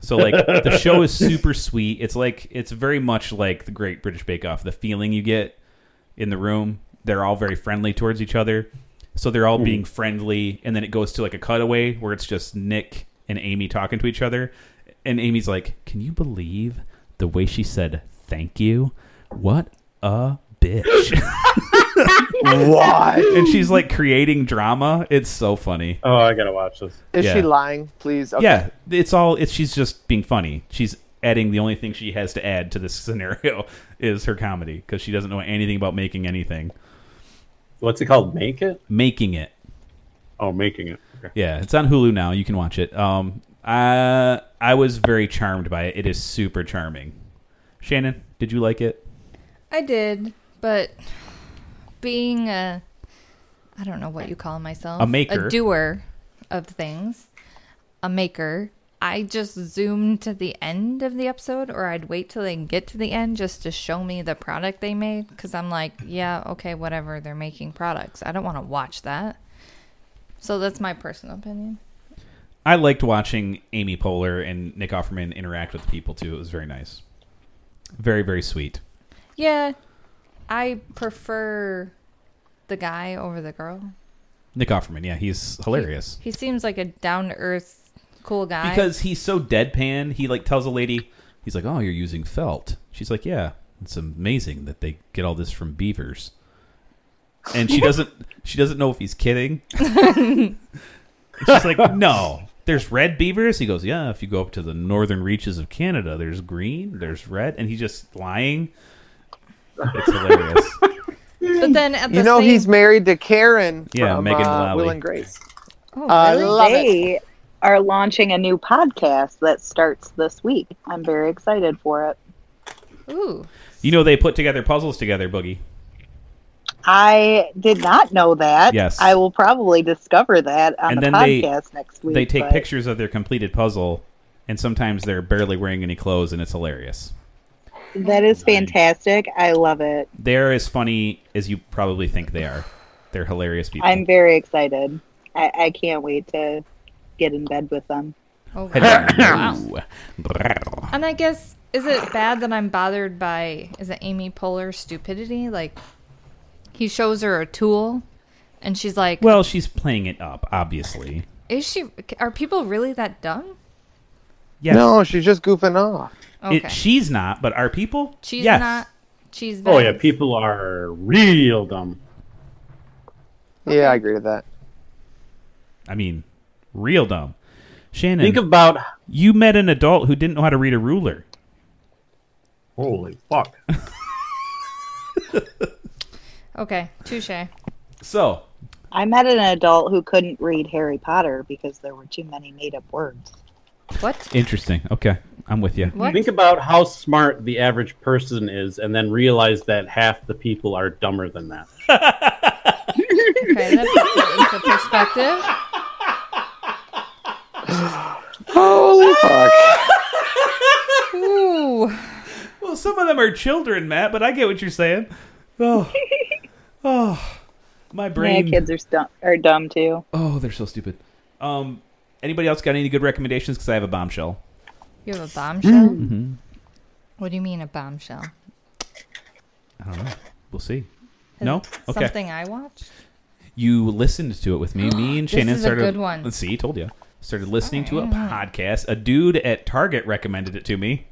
So like the show is super sweet. It's like it's very much like the Great British Bake Off. The feeling you get in the room, they're all very friendly towards each other. So they're all being friendly, and then it goes to like a cutaway where it's just Nick and Amy talking to each other, and Amy's like, "Can you believe the way she said thank you? What a bitch!"
Why?
and she's like creating drama. It's so funny.
Oh, I gotta watch this.
Is
Yeah.
she lying? Please. Okay.
Yeah, it's all. It's she's just being funny. She's adding the only thing she has to add to this scenario is her comedy because she doesn't know anything about making anything,
What's it called? Make it?
making it.
Oh, making it. Okay.
Yeah, it's on Hulu now. You can watch it. Um, I I was very charmed by it. It is super charming. Shannon, did you like it?
I did, but being a I don't know what you call myself.
A maker.
A doer of things. A maker. I just zoomed to the end of the episode or I'd wait till they get to the end just to show me the product they made cuz I'm like, yeah, okay, whatever, they're making products. I don't want to watch that. So that's my personal opinion.
I liked watching Amy Poehler and Nick Offerman interact with people too. It was very nice, very very sweet.
Yeah. I prefer the guy over the girl.
Nick Offerman, yeah, he's hilarious.
He seems like a down to earth cool guy.
because he's so deadpan he like tells a lady he's like oh you're using felt she's like yeah it's amazing that they get all this from beavers and she doesn't she doesn't know if he's kidding she's like no there's red beavers he goes yeah if you go up to the northern reaches of canada there's green there's red and he's just lying it's hilarious
But then at the
You know
same,
he's married to Karen
Yeah,
from
Megan
uh,
Lally.
Will and Grace.
Oh,
I
really?
love it.
they are launching a new podcast that starts this week. I'm very excited for it.
Ooh,
you know they put together puzzles together boogie
I did not know that.
Yes.
I will probably discover that on
And
the
then they-
podcast next week.
they take
but-
pictures of their completed puzzle and sometimes they're barely wearing any clothes and it's hilarious
That is fantastic. I love it.
They're as funny as you probably think they are. They're hilarious people.
I'm very excited. I, I can't wait to get in bed with them.
Oh, wow.
Hello.
And I guess is it bad that I'm bothered by is it Amy Poehler's stupidity? Like he shows her a tool, and she's like,
Well, she's playing it up, obviously.
"Is she? Are people really that dumb?"
Yes.
No, she's just goofing off.
Okay,
It- she's not, but are people?
she's
yes.
not. She's
Oh
bad.
yeah, people are real dumb.
Yeah, I agree with that.
I mean, real dumb. Shannon,
Think about
you met an adult who didn't know how to read a ruler.
holy fuck.
Okay, touche.
So,
I met an adult who couldn't read Harry Potter because there were too many made up words.
What?
interesting. Okay, I'm with you.
What?
Think about how smart the average person is, and then realize that half the people are dumber than that.
Okay, that puts it into perspective.
Holy fuck.
Ooh.
Well, some of them are children, Matt, but I get what you're saying. Oh, oh my brain.
Yeah, kids are, stu- are dumb too.
Oh, they're so stupid. Um, anybody else got any good recommendations? Because I have a bombshell.
You have a bombshell?
Mm-hmm.
What do you mean a bombshell?
I don't know. We'll see. No. Okay.
Something I watch?
You listened to it with me. Me and
This
Shannon
is a
started.
good one. Oh,
Let's see. Told you. Started listening to a podcast. A dude at Target recommended it to me.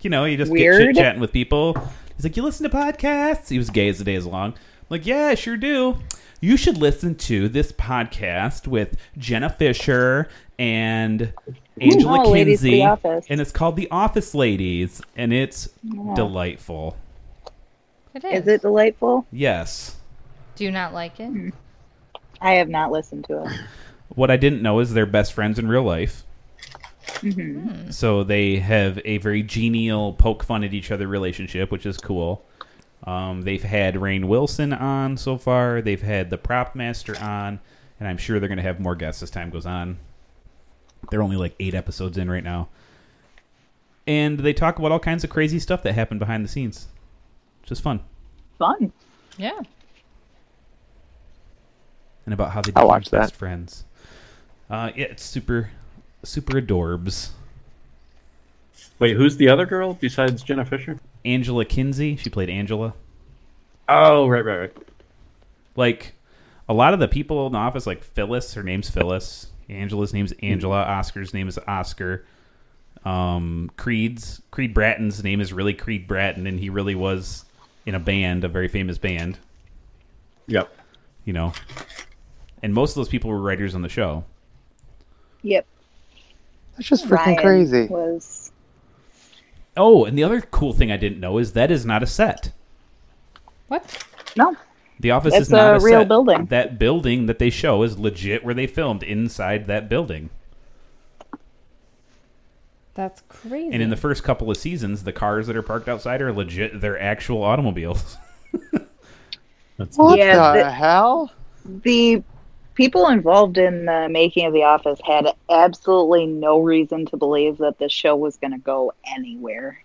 You know, you just
Weird.
get chit chatting with people. He's like, "You listen to podcasts?" He was gay as the day is long. I'm like, yeah, I sure do. You should listen to this podcast with Jenna Fisher and Angela
Oh, ladies of the
Kinsey,
Office.
and it's called The Office Ladies, and it's delightful.
It is.
Is it delightful?
Yes.
Do you not like it?
I have not listened to it.
What I didn't know is they're best friends in real life. So they have a very genial poke fun at each other relationship, which is cool. Um, they've had Rain Wilson on so far. They've had the prop master on, and I'm sure they're going to have more guests as time goes on. They're only like eight episodes in right now, and they talk about all kinds of crazy stuff that happened behind the scenes. It's Just fun,
Fun.
Yeah.
and about how they
I'll
became
watch that.
best friends. Uh, yeah, it's super, super adorbs.
Wait, who's the other girl besides Jenna Fisher?
Angela Kinsey. She played Angela.
Oh, right, right, right.
Like a lot of the people in the office, like Phyllis, her name's Phyllis. Angela's name's Angela. Oscar's name is Oscar. Um, Creed's Creed Bratton's name is really Creed Bratton, and he really was in a band, a very famous band,
Yep.
you know. And most of those people were writers on the show.
Yep.
That's just
Ryan
freaking crazy.
Was
Oh, and the other cool thing I didn't know is that is not a set.
What?
no.
The office
That's
is not
a real
set.
building.
That building that they show is legit where they filmed inside that building.
That's crazy.
And in the first couple of seasons, the cars that are parked outside are legit their actual automobiles.
That's
What
Yeah,
the
the-
hell?
The people involved in the making of The Office had absolutely no reason to believe that this show was going to go anywhere.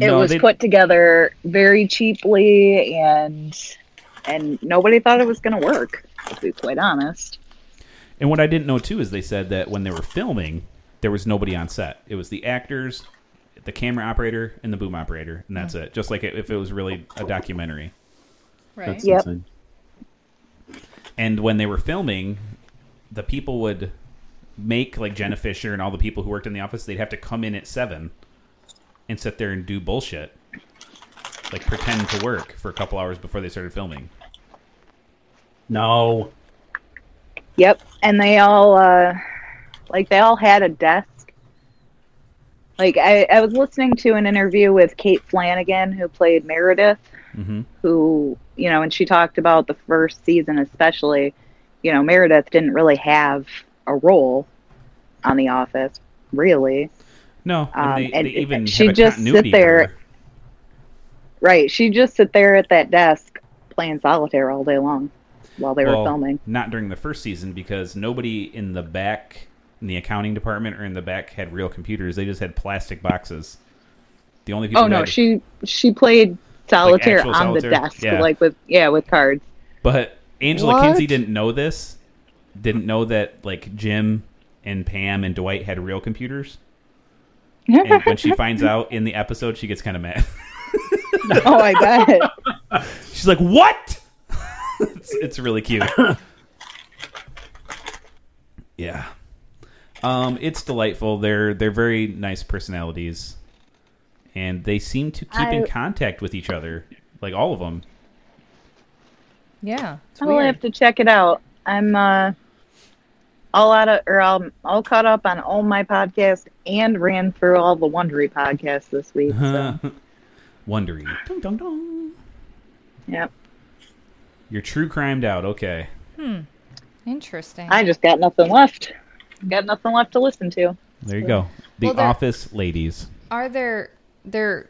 It was
they,
put together very cheaply, and and nobody thought it was going to work. To be quite honest,
and what I didn't know too is they said that when they were filming, there was nobody on set. It was the actors, the camera operator, and the boom operator, and that's it. Just like if it was really a documentary.
right.
Yep.
insane.
and when they were filming, the people would make like Jenna Fisher and all the people who worked in the office. They'd have to come in at seven and sit there and do bullshit, like pretend to work for a couple hours before they started filming.
No.
yep. And they all uh, like they all had a desk. Like I, I was listening to an interview with Kate Flanagan, who played Meredith.
Mm-hmm.
who you know and she talked about the first season especially you know meredith didn't really have a role on the office really
No, and
Um,
they,
and
they even
it-
have
she'd
a
just sit
continuity
there-
error.
right she'd just sit there at that desk playing solitaire all day long while they were
Well,
filming
Not during the first season because nobody in the back in the accounting department or in the back had real computers. They just had plastic boxes. The only people
oh
who
no,
had-
she she played solitaire
actual
on
solitaire?
the desk,
Yeah.
like with yeah with cards.
But Angela
What?
Kinsey didn't know this. Didn't know that like Jim and Pam and Dwight had real computers. And when she finds out in the episode, she gets kind of mad.
oh, I bet.
She's like, "What?" it's, it's really cute. yeah. Um, it's delightful. They're they're very nice personalities, and they seem to keep in
I-
contact with each other, like all of them.
Yeah. It's
I'll
weird.
have to check it out. I'm uh, all out of or I'm all caught up on all my podcasts and ran through all the Wondery podcasts this week.
Uh-huh.
So,
Wondering, dong dong dong.
yep.
You're true crimed out. Okay.
Interesting.
I just got nothing left. Got nothing left to listen to.
There you go. The
Well, there-
Office ladies.
Are there there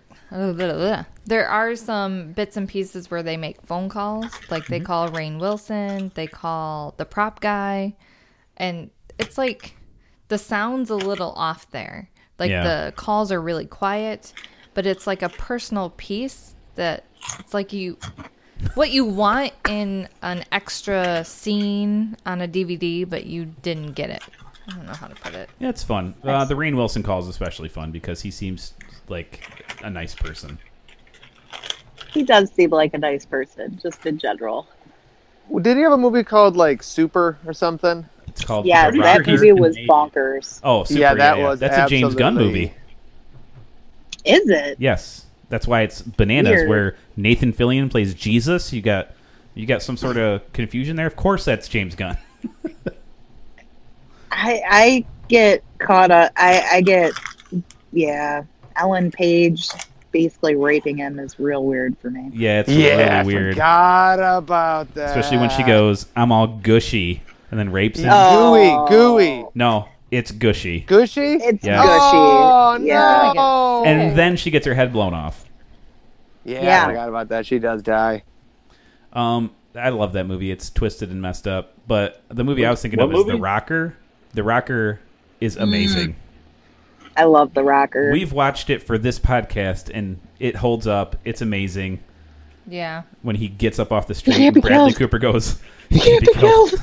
there are some bits and pieces where they make phone calls, like they call Rain Wilson, they call the prop guy, and it's like the sound's a little off there. Like
Yeah.
the calls are really quiet, but it's like a personal piece that it's like you what you want in an extra scene on a DVD, but you didn't get it. I don't know how to put it.
Yeah, it's fun. Uh, the Rain Wilson call is especially fun because he seems like a nice person.
He does seem like a nice person, just in general.
Well, Did he have a movie called like Super or something?
It's called
Yeah,
The
that
Rocker.
movie was
Canadian.
bonkers.
Oh, super,
Yeah, that was
that's a James Gunn
absolutely-
movie.
Is it?
Yes, that's why it's bananas.
Weird.
Where Nathan Fillion plays Jesus. You got you got some sort of confusion there. Of course, that's James Gunn.
I I get caught up. I I get yeah. Ellen Page basically raping him is real weird for me.
Yeah, it's
yeah,
really
I
weird.
forgot about that.
Especially when she goes, "I'm all gushy," and then rapes him.
Oh.
gooey, gooey,
No, it's gushy.
gushy.
It's
Yeah.
gushy.
Oh
yeah.
no!
And then she gets her head blown off.
yeah,
Yeah.
I forgot about that. She does die.
Um, I love that movie. It's twisted and messed up. But the movie I was thinking
What
of is The
movie?
Rocker. The Rocker is amazing.
Mm.
I love the rocker.
We've watched it for this podcast, and it holds up. It's amazing.
Yeah.
When he gets up off the street,
can't
and
be
Bradley
killed.
Cooper goes,
He can't be killed.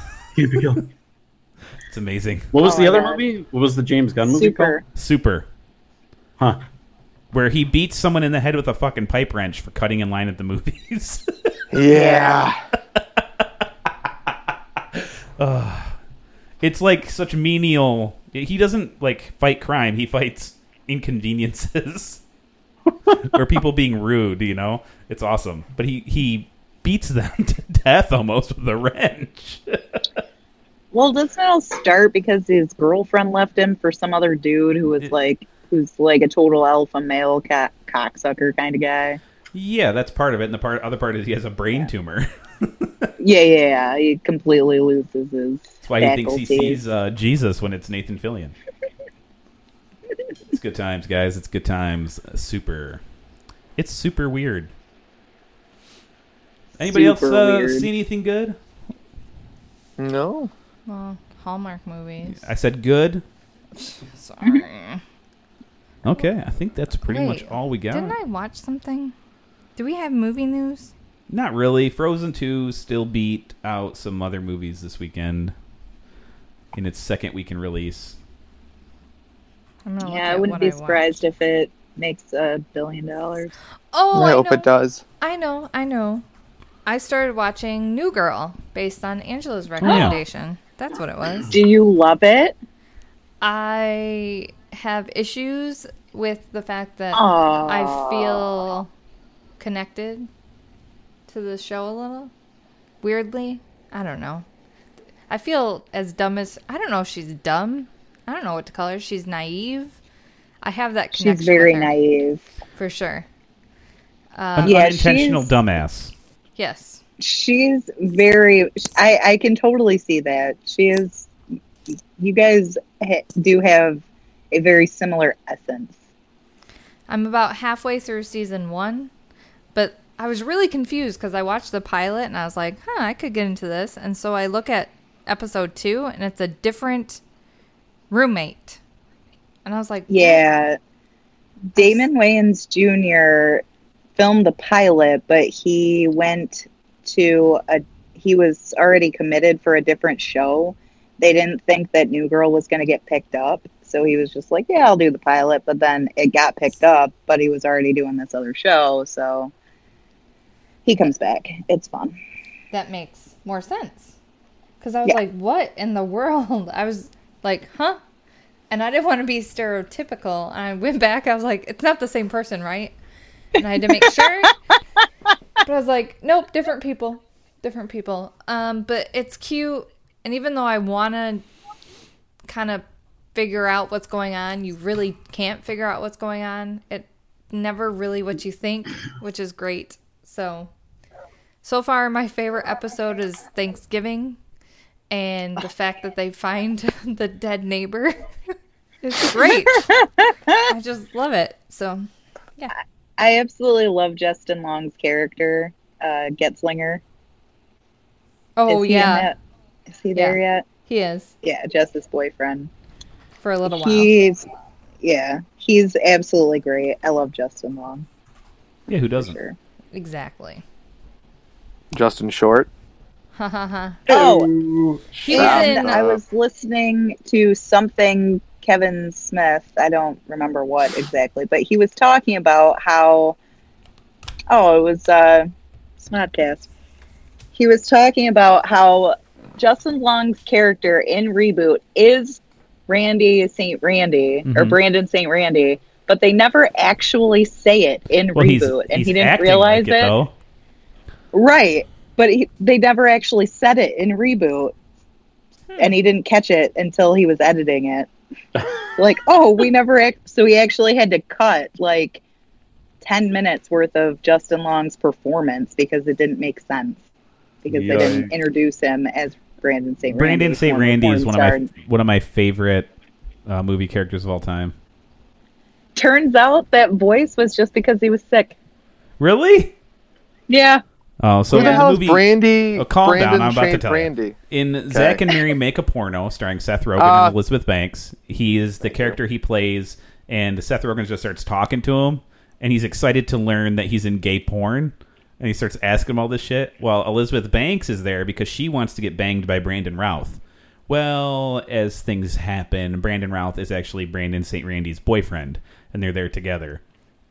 It's amazing.
What was
Oh
the
my
other
God.
movie? What was the James Gunn movie
Super.
Super.
called? Huh.
Where he beats someone in the head with a fucking pipe wrench for cutting in line at the movies.
Yeah,
it's like such menial. He doesn't like fight crime. He fights inconveniences or people being rude. You know, it's awesome. But he he beats them to death almost with a wrench.
Well, doesn't it all start because his girlfriend left him for some other dude who was like, who's like a total alpha male ca- cocksucker kind of guy?
yeah, that's part of it. And the part other part is he has a brain tumor.
Yeah, yeah, yeah. He completely loses his.
That's why he thinks he
faculties.
sees uh, Jesus when it's Nathan Fillion. it's good times, guys. It's good times. Uh, Super. It's super weird. Anybody
Super
else uh,
weird.
see anything good?
no.
Well, Hallmark movies.
I said good.
Sorry.
Okay, I think that's pretty much
Wait,
all we got.
Didn't I watch something? Do we have movie news?
Not really. Frozen 2 still beat out some other movies this weekend in its second week in release.
I'm gonna look
Yeah, I
at
wouldn't
what
be
watched.
surprised if it makes a billion dollars.
Oh,
I
I,
hope
know,
it does.
I know. I know. I started watching New Girl based on Angela's recommendation. That's what it was.
Do you love it?
I have issues with the fact that
Aw.
I feel connected to the show a little. Weirdly, I don't know. I feel as dumb as I don't know if she's dumb. I don't know what to call her. She's naive. I have that connection.
She's very
with her,
naive.
for sure. Uh,
An
Yeah,
unintentional
she's-
dumbass.
Yes,
she's very I, I can totally see that she is you guys ha- do have a very similar essence
I'm about halfway through season one, but I was really confused because I watched the pilot and I was like, "Huh, I could get into this." And so I look at episode two, and it's a different roommate. And I was like,
Yeah. Damon Wayans Jr. filmed the pilot, but he went to a he was already committed for a different show. They didn't think that New Girl was going to get picked up, so he was just like, "Yeah, I'll do the pilot." But then it got picked up, but he was already doing this other show, so he comes back. It's fun.
that makes more sense. Because I was
Yeah.
like, what in the world? I was like, huh? And I didn't want to be stereotypical. And I went back. I was like, it's not the same person, right? And I had to make sure. but I was like, nope, different people. Different people. Um, but it's cute. And even though I want to kind of figure out what's going on, you really can't figure out what's going on. It never really what you think, which is great. So so far, my favorite episode is Thanksgiving, and the fact that they find the dead neighbor is great. I just love it. So
I absolutely love Justin Long's character, uh, Getslinger.
oh
Is he in
yeah,
that- Is he there yet?
he is
Yeah, Jess's boyfriend.
for a little while.
He's yeah, he's absolutely great. I love Justin Long.
Yeah, who
For
doesn't?
sure.
Exactly.
Justin Short.
Ha ha ha.
Oh, uh,
He's
Shut
in.
up.
I was listening to something Kevin Smith. I don't remember what exactly, but he was talking about how. Oh, it was uh, Snodcast. He was talking about how Justin Long's character in reboot is Randy Saint Randy or
Mhm.
Brandon Saint Randy, but they never actually say it in
Well,
reboot,
he's,
and
he's
he didn't
acting
realize
like it,
it.
though.
Right. But he, they never actually said it in reboot. And he didn't catch it until he was editing it. like, oh, we never act. So he actually had to cut like 10 minutes worth of Justin Long's performance because it didn't make sense. Because they didn't
Yikes.
introduce him as Brandon St. Randy.
Brandon St.
former
Randy is
porn
one of my
star.
one of my favorite uh, movie characters of all time.
Turns out that voice was just because he was sick.
Really?
Yeah.
Oh, so
Who
in
the hell is
movie
Brandy?
Oh, calm down,
Brandon
I'm about to
Shane
tell you.
Brandy.
in Zack and Mary Make a Porno, starring Seth Rogen
Ah.
and Elizabeth Banks, he is the character he plays, and Seth Rogen just starts talking to him, and he's excited to learn that he's in gay porn, and he starts asking him all this shit. Well, Elizabeth Banks is there because she wants to get banged by Brandon Routh. Well, as things happen, Brandon Routh is actually Brandon St. Randy's boyfriend, and they're there together.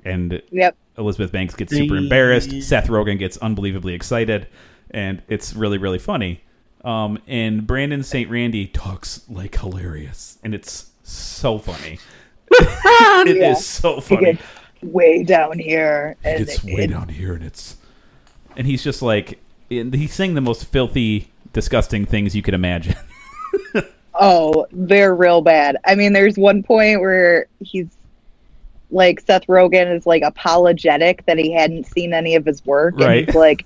And
Yep.
Elizabeth Banks gets super embarrassed. Seth Rogen gets unbelievably excited, and it's really really funny. Um, and Brandon St. Randy talks like hilarious, and it's so funny. It is
Yeah.
so
He
funny.
gets way down here. And
It's way
it-
down here, and it's and he's just like and he's saying the most filthy, disgusting things you could imagine.
Oh, they're real bad. I mean, there's one point where he's like Seth Rogen is like apologetic that he hadn't seen any of his work,
Right.
and he's like,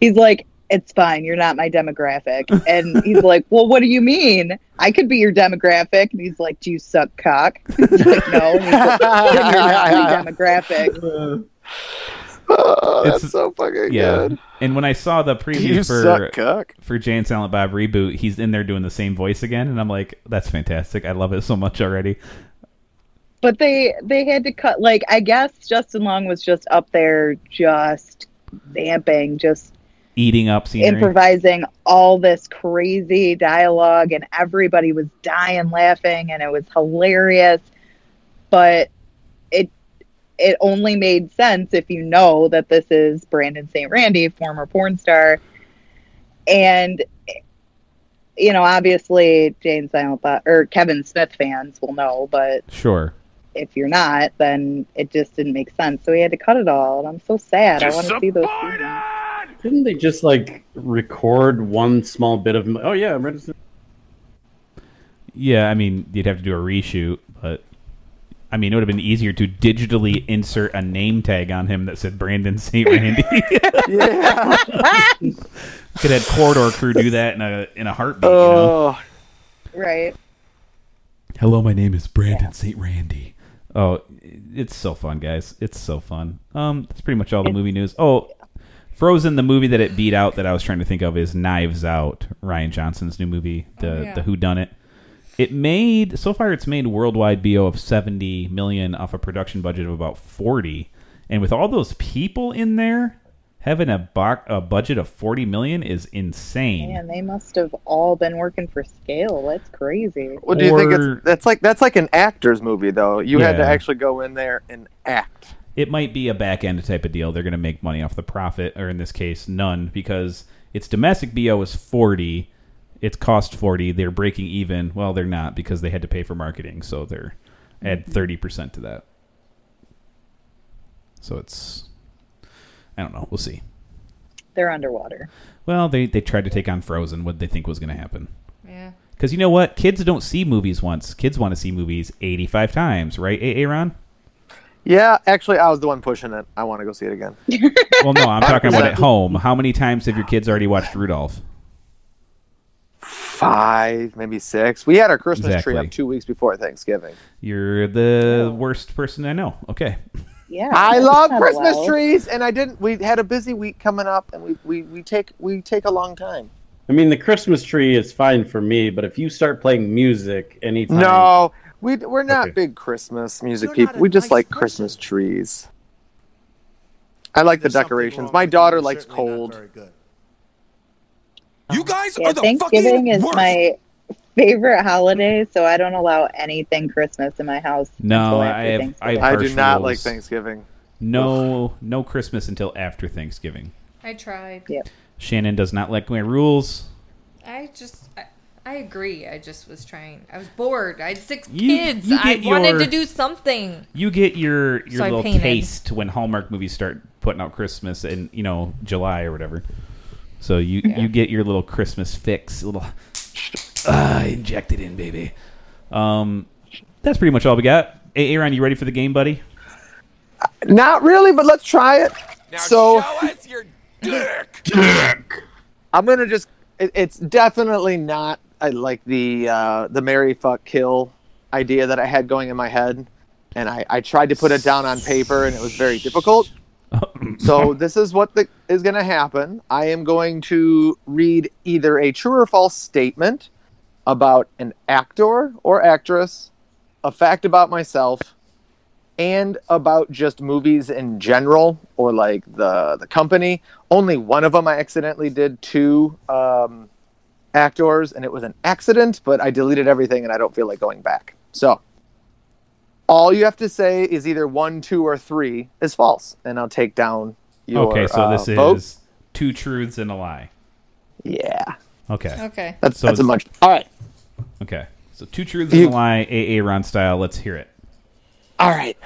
he's like, it's fine, you're not my demographic, and he's like, well, what do you mean? I could be your demographic, and he's like, do you suck cock? He's like, no, and he's like, "Then you're not my demographic.
Oh, that's
It's-
so fucking
yeah.
good.
And when I saw the preview
You
for
suck, cuck.
for Jay and Silent Bob reboot, he's in there doing the same voice again, and I'm like, that's fantastic. I love it so much already.
But they they had to cut. Like, I guess Justin Long was just up there, just vamping, just
Eating up scenery.
improvising all this crazy dialogue and everybody was dying laughing and it was hilarious but it it only made sense if you know that this is Brandon St. Randy former porn star and you know obviously Jane Silent Bob or Kevin Smith fans will know but
Sure.
if you're not then it just didn't make sense so we had to cut it all and I'm so sad I want to see those seasons.
Didn't they just like record one small bit of? Oh yeah, I'm ready to-
Yeah, I mean, you'd have to do a reshoot, but I mean, it would have been easier to digitally insert a name tag on him that said Brandon St. Randy.
Yeah.
Could have had corridor crew do that in a in a heartbeat. you know?
oh,
right
Hello, my name is Brandon St. Randy. Oh, it's so fun, guys! It's so fun. Um, that's pretty much all the movie news. Oh, Frozen, the movie that it beat out that I was trying to think of is Knives Out, Ryan Johnson's new movie, the
yeah.
the Who Done It, It made so far it's made worldwide BO of 70 million off a production budget of about 40. And with all those people in there, having a, bo- a budget of 40 million is insane.
Man, they must have all been working for scale. That's crazy.
Well, do you think
Or-
it's that's like that's like an actor's movie though? You had to
Yeah.
actually go in there and act.
it might be a back end type of deal. They're going to make money off the profit, or in this case, none, because its domestic BO is 40. It's cost 40. They're breaking even. Well, they're not because they had to pay for marketing. So they're add 30% to that. So it's, I don't know. We'll see.
They're underwater.
Well, they, they tried to take on Frozen. What they think was going to happen?
Yeah.
Because you know what? Kids don't see movies once. Kids want to see movies 85 times, right, Aaron?
Yeah, actually, I was the one pushing it. I want to go see it again.
Well, no, I'm talking about at home. How many times have your kids already watched Rudolph?
Five, maybe six. We had our Christmas tree
Exactly.
up two weeks before Thanksgiving.
You're the worst person I know. Okay.
Yeah.
I
that's
love
not
Christmas
allowed.
trees, and I didn't. We had a busy week coming up, and we, we, we take we take a long time.
I mean, the Christmas tree is fine for me, but if you start playing music anytime,
No, we we're not
Okay.
big Christmas music
You're not
people. We
a
just
nice
like
person.
Christmas trees. I like the
There's something
decorations.
wrong
My
with you.
daughter
You're
likes
certainly not
cold.
very good.
e-
You guys
Yeah,
are the
Thanksgiving
fucking
is
worst.
my favorite holiday, so I don't allow anything Christmas in my house. until
No, I
after
have, I
Thanksgiving.
have
I do
harsh
not like
rules.
Thanksgiving.
No, no Christmas until after Thanksgiving.
I tried.
Shannon does not like my rules.
I just. I, I agree. I just was trying. I was bored. I had six
You-
kids.
you
I
get
wanted
your-
to do something.
You get your your
So I
little
painted.
taste when Hallmark movies start putting out Christmas in you know July or whatever. So you you get your little Christmas fix, little ah, inject it in, baby. Um, that's pretty much all we got. Hey, Aaron, you ready for the game, buddy?
Not really, but let's try it. so I'm gonna just. It, it's definitely not I like the uh, the Mary fuck kill idea that I had going in my head, and I, I tried to put it down on paper, and it was very difficult. so this is what the, is going to happen. I am going to read either a true or false statement about an actor or actress, a fact about myself, and about just movies in general or like the the company. Only one of them I accidentally did two um, actors, and it was an accident. But I deleted everything, and I don't feel like going back. So all you have to say is either one, two, or three is false, and I'll take down your
okay, so
uh,
this is
vote.
two truths and a lie.
yeah.
Okay.
Okay.
That's
So
that's a
it's-
much. All right,
Okay. So two truths and a
You-
lie, AA Ron style. Let's hear it.
all right.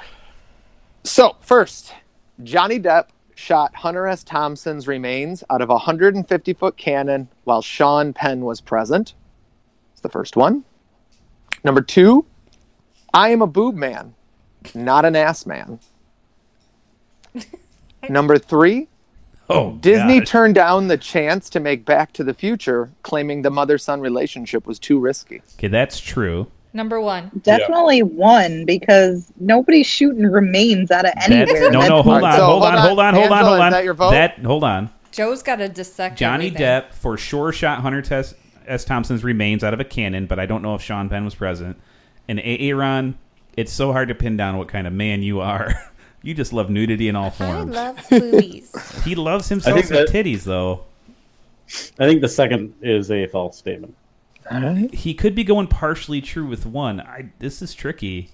So first, Johnny Depp shot Hunter S. Thompson's remains out of a 150 foot cannon while Sean Penn was present. That's the first one. Number two, I am a boob man, not an ass man. Number three,
Oh,
Disney
gosh.
turned down the chance to make Back to the Future, claiming the mother son relationship was too risky.
okay, that's true.
Number one.
Definitely one because nobody's shooting remains out of anywhere.
That, no,
That's
no, hold
Alright,
on,
so
hold on, hold on, hold on,
Angela,
hold
is
on.
that your vote?
That hold on.
Joe's got to dissect.
Johnny
everything.
Depp for sure shot Hunter Tess, S. Thompson's remains out of a cannon, but I don't know if Sean Penn was present. And AA Ron, it's so hard to pin down what kind of man you are. you just love nudity in all
I
forms.
love boobies.
he loves
I
himself
think
some
that-
titties, though.
I think the second is a false statement.
He could be going partially true with one. I this is tricky.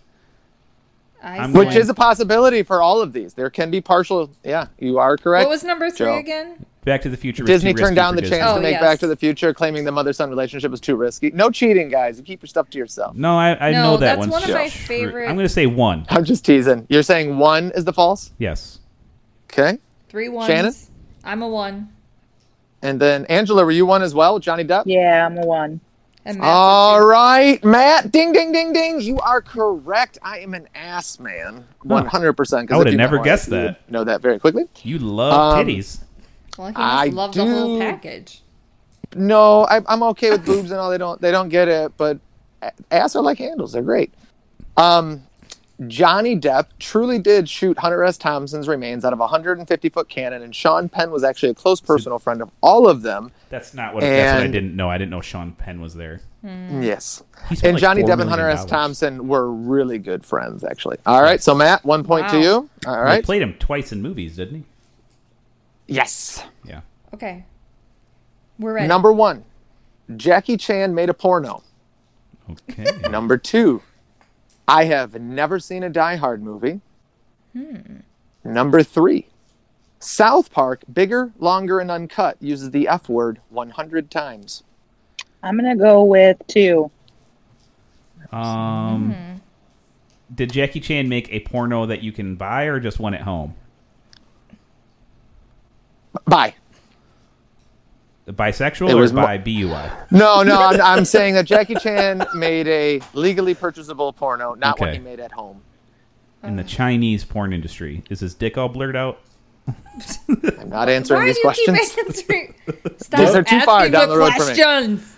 I
I'm
said-
Which is a possibility for all of these. There can be partial. Yeah, you are correct.
What was number three
Joe.
again?
Back to the Future. was
Disney
too risky
turned down
for
the
Disney.
chance
Oh,
to make
yes.
Back to the Future, claiming the mother son relationship was too risky. No cheating, guys. You keep your stuff to yourself.
No, I, I
No,
know that
that's
one's
one of my
true.
favorite-
I'm going to say one.
I'm just teasing. You're saying one is the false?
Yes.
Okay.
Three ones.
Shannon?
I'm a one.
And then, Angela, were you one as well? Johnny Depp?
Yeah, I'm a one.
And Matt's a
All
two.
right, Matt. Ding, ding, ding, ding. You are correct. I am an ass man. 100%. 'cause
I would've
if you
never
know it,
guessed
you would
that.
Know that very quickly.
You love
Um,
titties.
Well, he must
I
love the whole
do-
package.
No, I, I'm okay with boobs and all. They don't they don't get it, but a- ass are like handles. They're great. Um, Johnny Depp truly did shoot Hunter S. Thompson's remains out of a 150 foot cannon, and Sean Penn was actually a close personal friend of all of them.
That's not what. that's what I
And-
didn't know. I didn't know Sean Penn was there.
Yes.
He spent
And
Mm. like
Johnny
$4
Depp and
million
Hunter S.
dollars.
Thompson were really good friends, actually. All right. So, Matt, one point to
Wow.
you. All
He
right.
played him twice in movies, didn't he?
yes.
Yeah.
Okay. We're ready.
Number one, Jackie Chan made a porno.
Okay.
Mm-hmm.
Number two, I have never seen a Die Hard movie. Number three, South Park, bigger, longer, and uncut, uses the F word 100 times.
I'm gonna go with two.
Um, did Jackie Chan make a porno that you can buy, or just one at home?
Bye.
Bisexual
It
or
was mo-
by BUI?
No, no, I'm, I'm saying that Jackie Chan made a legally purchasable porno, not one
Okay.
he made at home.
In the Chinese porn industry, is his dick all blurred out?
I'm not answering these questions.
Stop
These are too far
asking
down the road for me.
questions.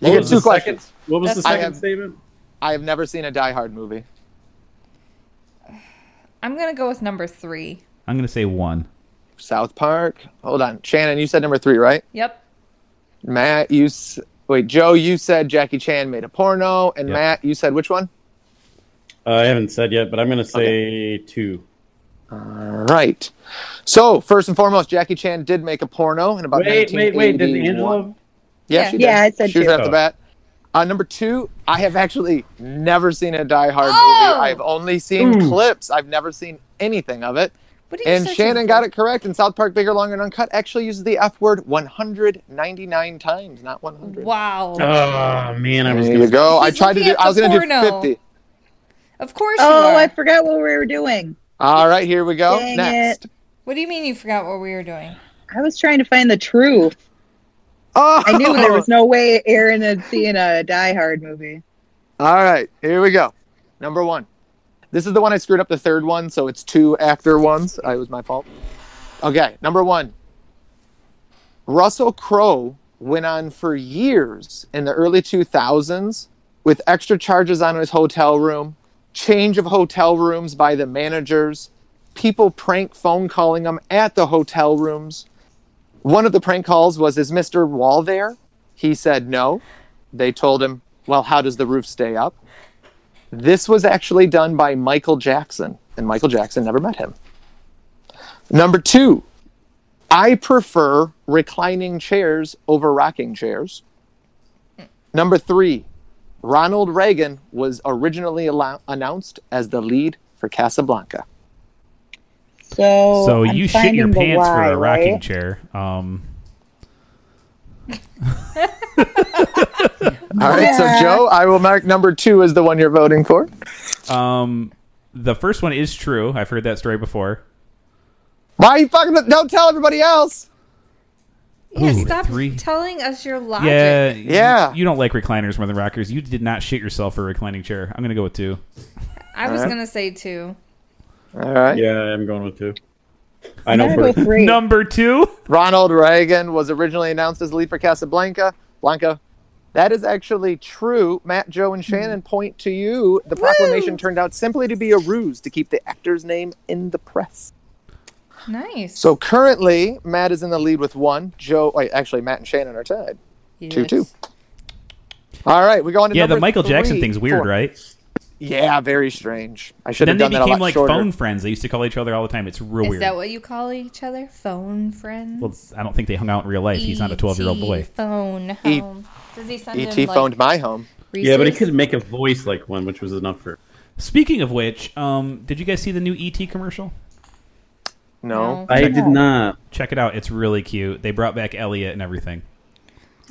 You get two
the second-
questions.
What was
That's
the
fine.
second statement?
I have never seen a Die Hard movie.
I'm gonna go with number three.
I'm gonna say one.
South Park. Hold on. Shannon, you said number three, right?
Yep.
Matt, you s- wait, Joe, you said Jackie Chan made a porno, and
Yep.
Matt, you said which one?
Uh, I haven't said yet, but I'm going to say two.
All right. So first and foremost, Jackie Chan did make a porno in about
Wait, wait, wait. Did
1981.
Angela?
Yeah,
Yeah.
she did.
Yeah, I said
she was
two.
out the
Oh.
bat. Uh, number two, I have actually never seen a Die Hard
Oh!
movie. I've only seen
Hmm.
clips. I've never seen anything of it.
What are you
And
searching
Shannon
for?
got it correct. And South Park Bigger, Longer, and Uncut actually uses the F word 199 times, not 100.
Wow.
Oh man, I was
There
going
you
to.
go. I
He's
tried to
looking
do.
at
I was
the
going to
porno.
do 50.
Of course
Oh,
you are.
I forgot what we were doing.
All right, here we go.
Dang
Next.
What do you mean you forgot what we were doing?
I was trying to find the truth.
Oh,
I knew there was no way Aaron had seen a Die Hard movie.
All right, here we go. Number one. This is the one I screwed up the third one, so it's two actor ones. Uh, It was my fault. Okay, number one. Russell Crowe went on for years in the early 2000s with extra charges on his hotel room, change of hotel rooms by the managers, people prank phone calling him at the hotel rooms. One of the prank calls was, Is Mr. Wall there? He said no. They told him, Well, how does the roof stay up? This was actually done by Michael Jackson, and Michael Jackson never met him. Number two, I prefer reclining chairs over rocking chairs. Number three, Ronald Reagan was originally allo- announced as the lead for Casablanca.
So,
so
Oh, I'm
you shit your
finding the
pants
why,
for a rocking
right?
chair. Um,
All right, so Joe, I will mark number two as the one you're voting for.
um, the first one is true. I've heard that story before.
Why are you fucking? Don't tell everybody else.
Yeah,
Ooh,
stop
three.
telling us your logic.
Yeah, you-
Yeah.
You, don't like recliners more than rockers. You did not shit yourself for a reclining chair. I'm gonna go with two.
I was
Alright.
gonna say two.
All right.
Yeah, I'm going with two. I
I'm
know.
gonna go
Bert.
three.
Number two.
Ronald Reagan was originally announced as the lead for Casablanca. Blanca. That is actually true. Matt, Joe,
Hmm.
and Shannon point to you. The proclamation turned out simply to be a ruse to keep the actor's name in the press.
Nice.
So currently, Matt is in the lead with one. Joe, wait, actually, Matt and Shannon are tied. Two, two. All right, we're going to
Yeah, the
number
Michael Jackson
three,
thing's weird,
four.
right?
Yeah, very strange. I should
Then
have
they
done that a
became
lot
like
shorter.
phone friends. They used to call each other all the time. It's real
Is
weird.
that what you call each other? Phone friends.
well, I don't think they hung out in real life. He's
E
not a 12 year old
ET
boy.
Phone.
E-
Home. Does he send
ET
in, like,
E phoned my home.
Yeah, but he
resource?
could make a voice like one, which was enough for.
Speaking of which, um, did you guys see the new ET commercial?
No.
I did not.
Check it out. It's really cute. They brought back Elliot and everything.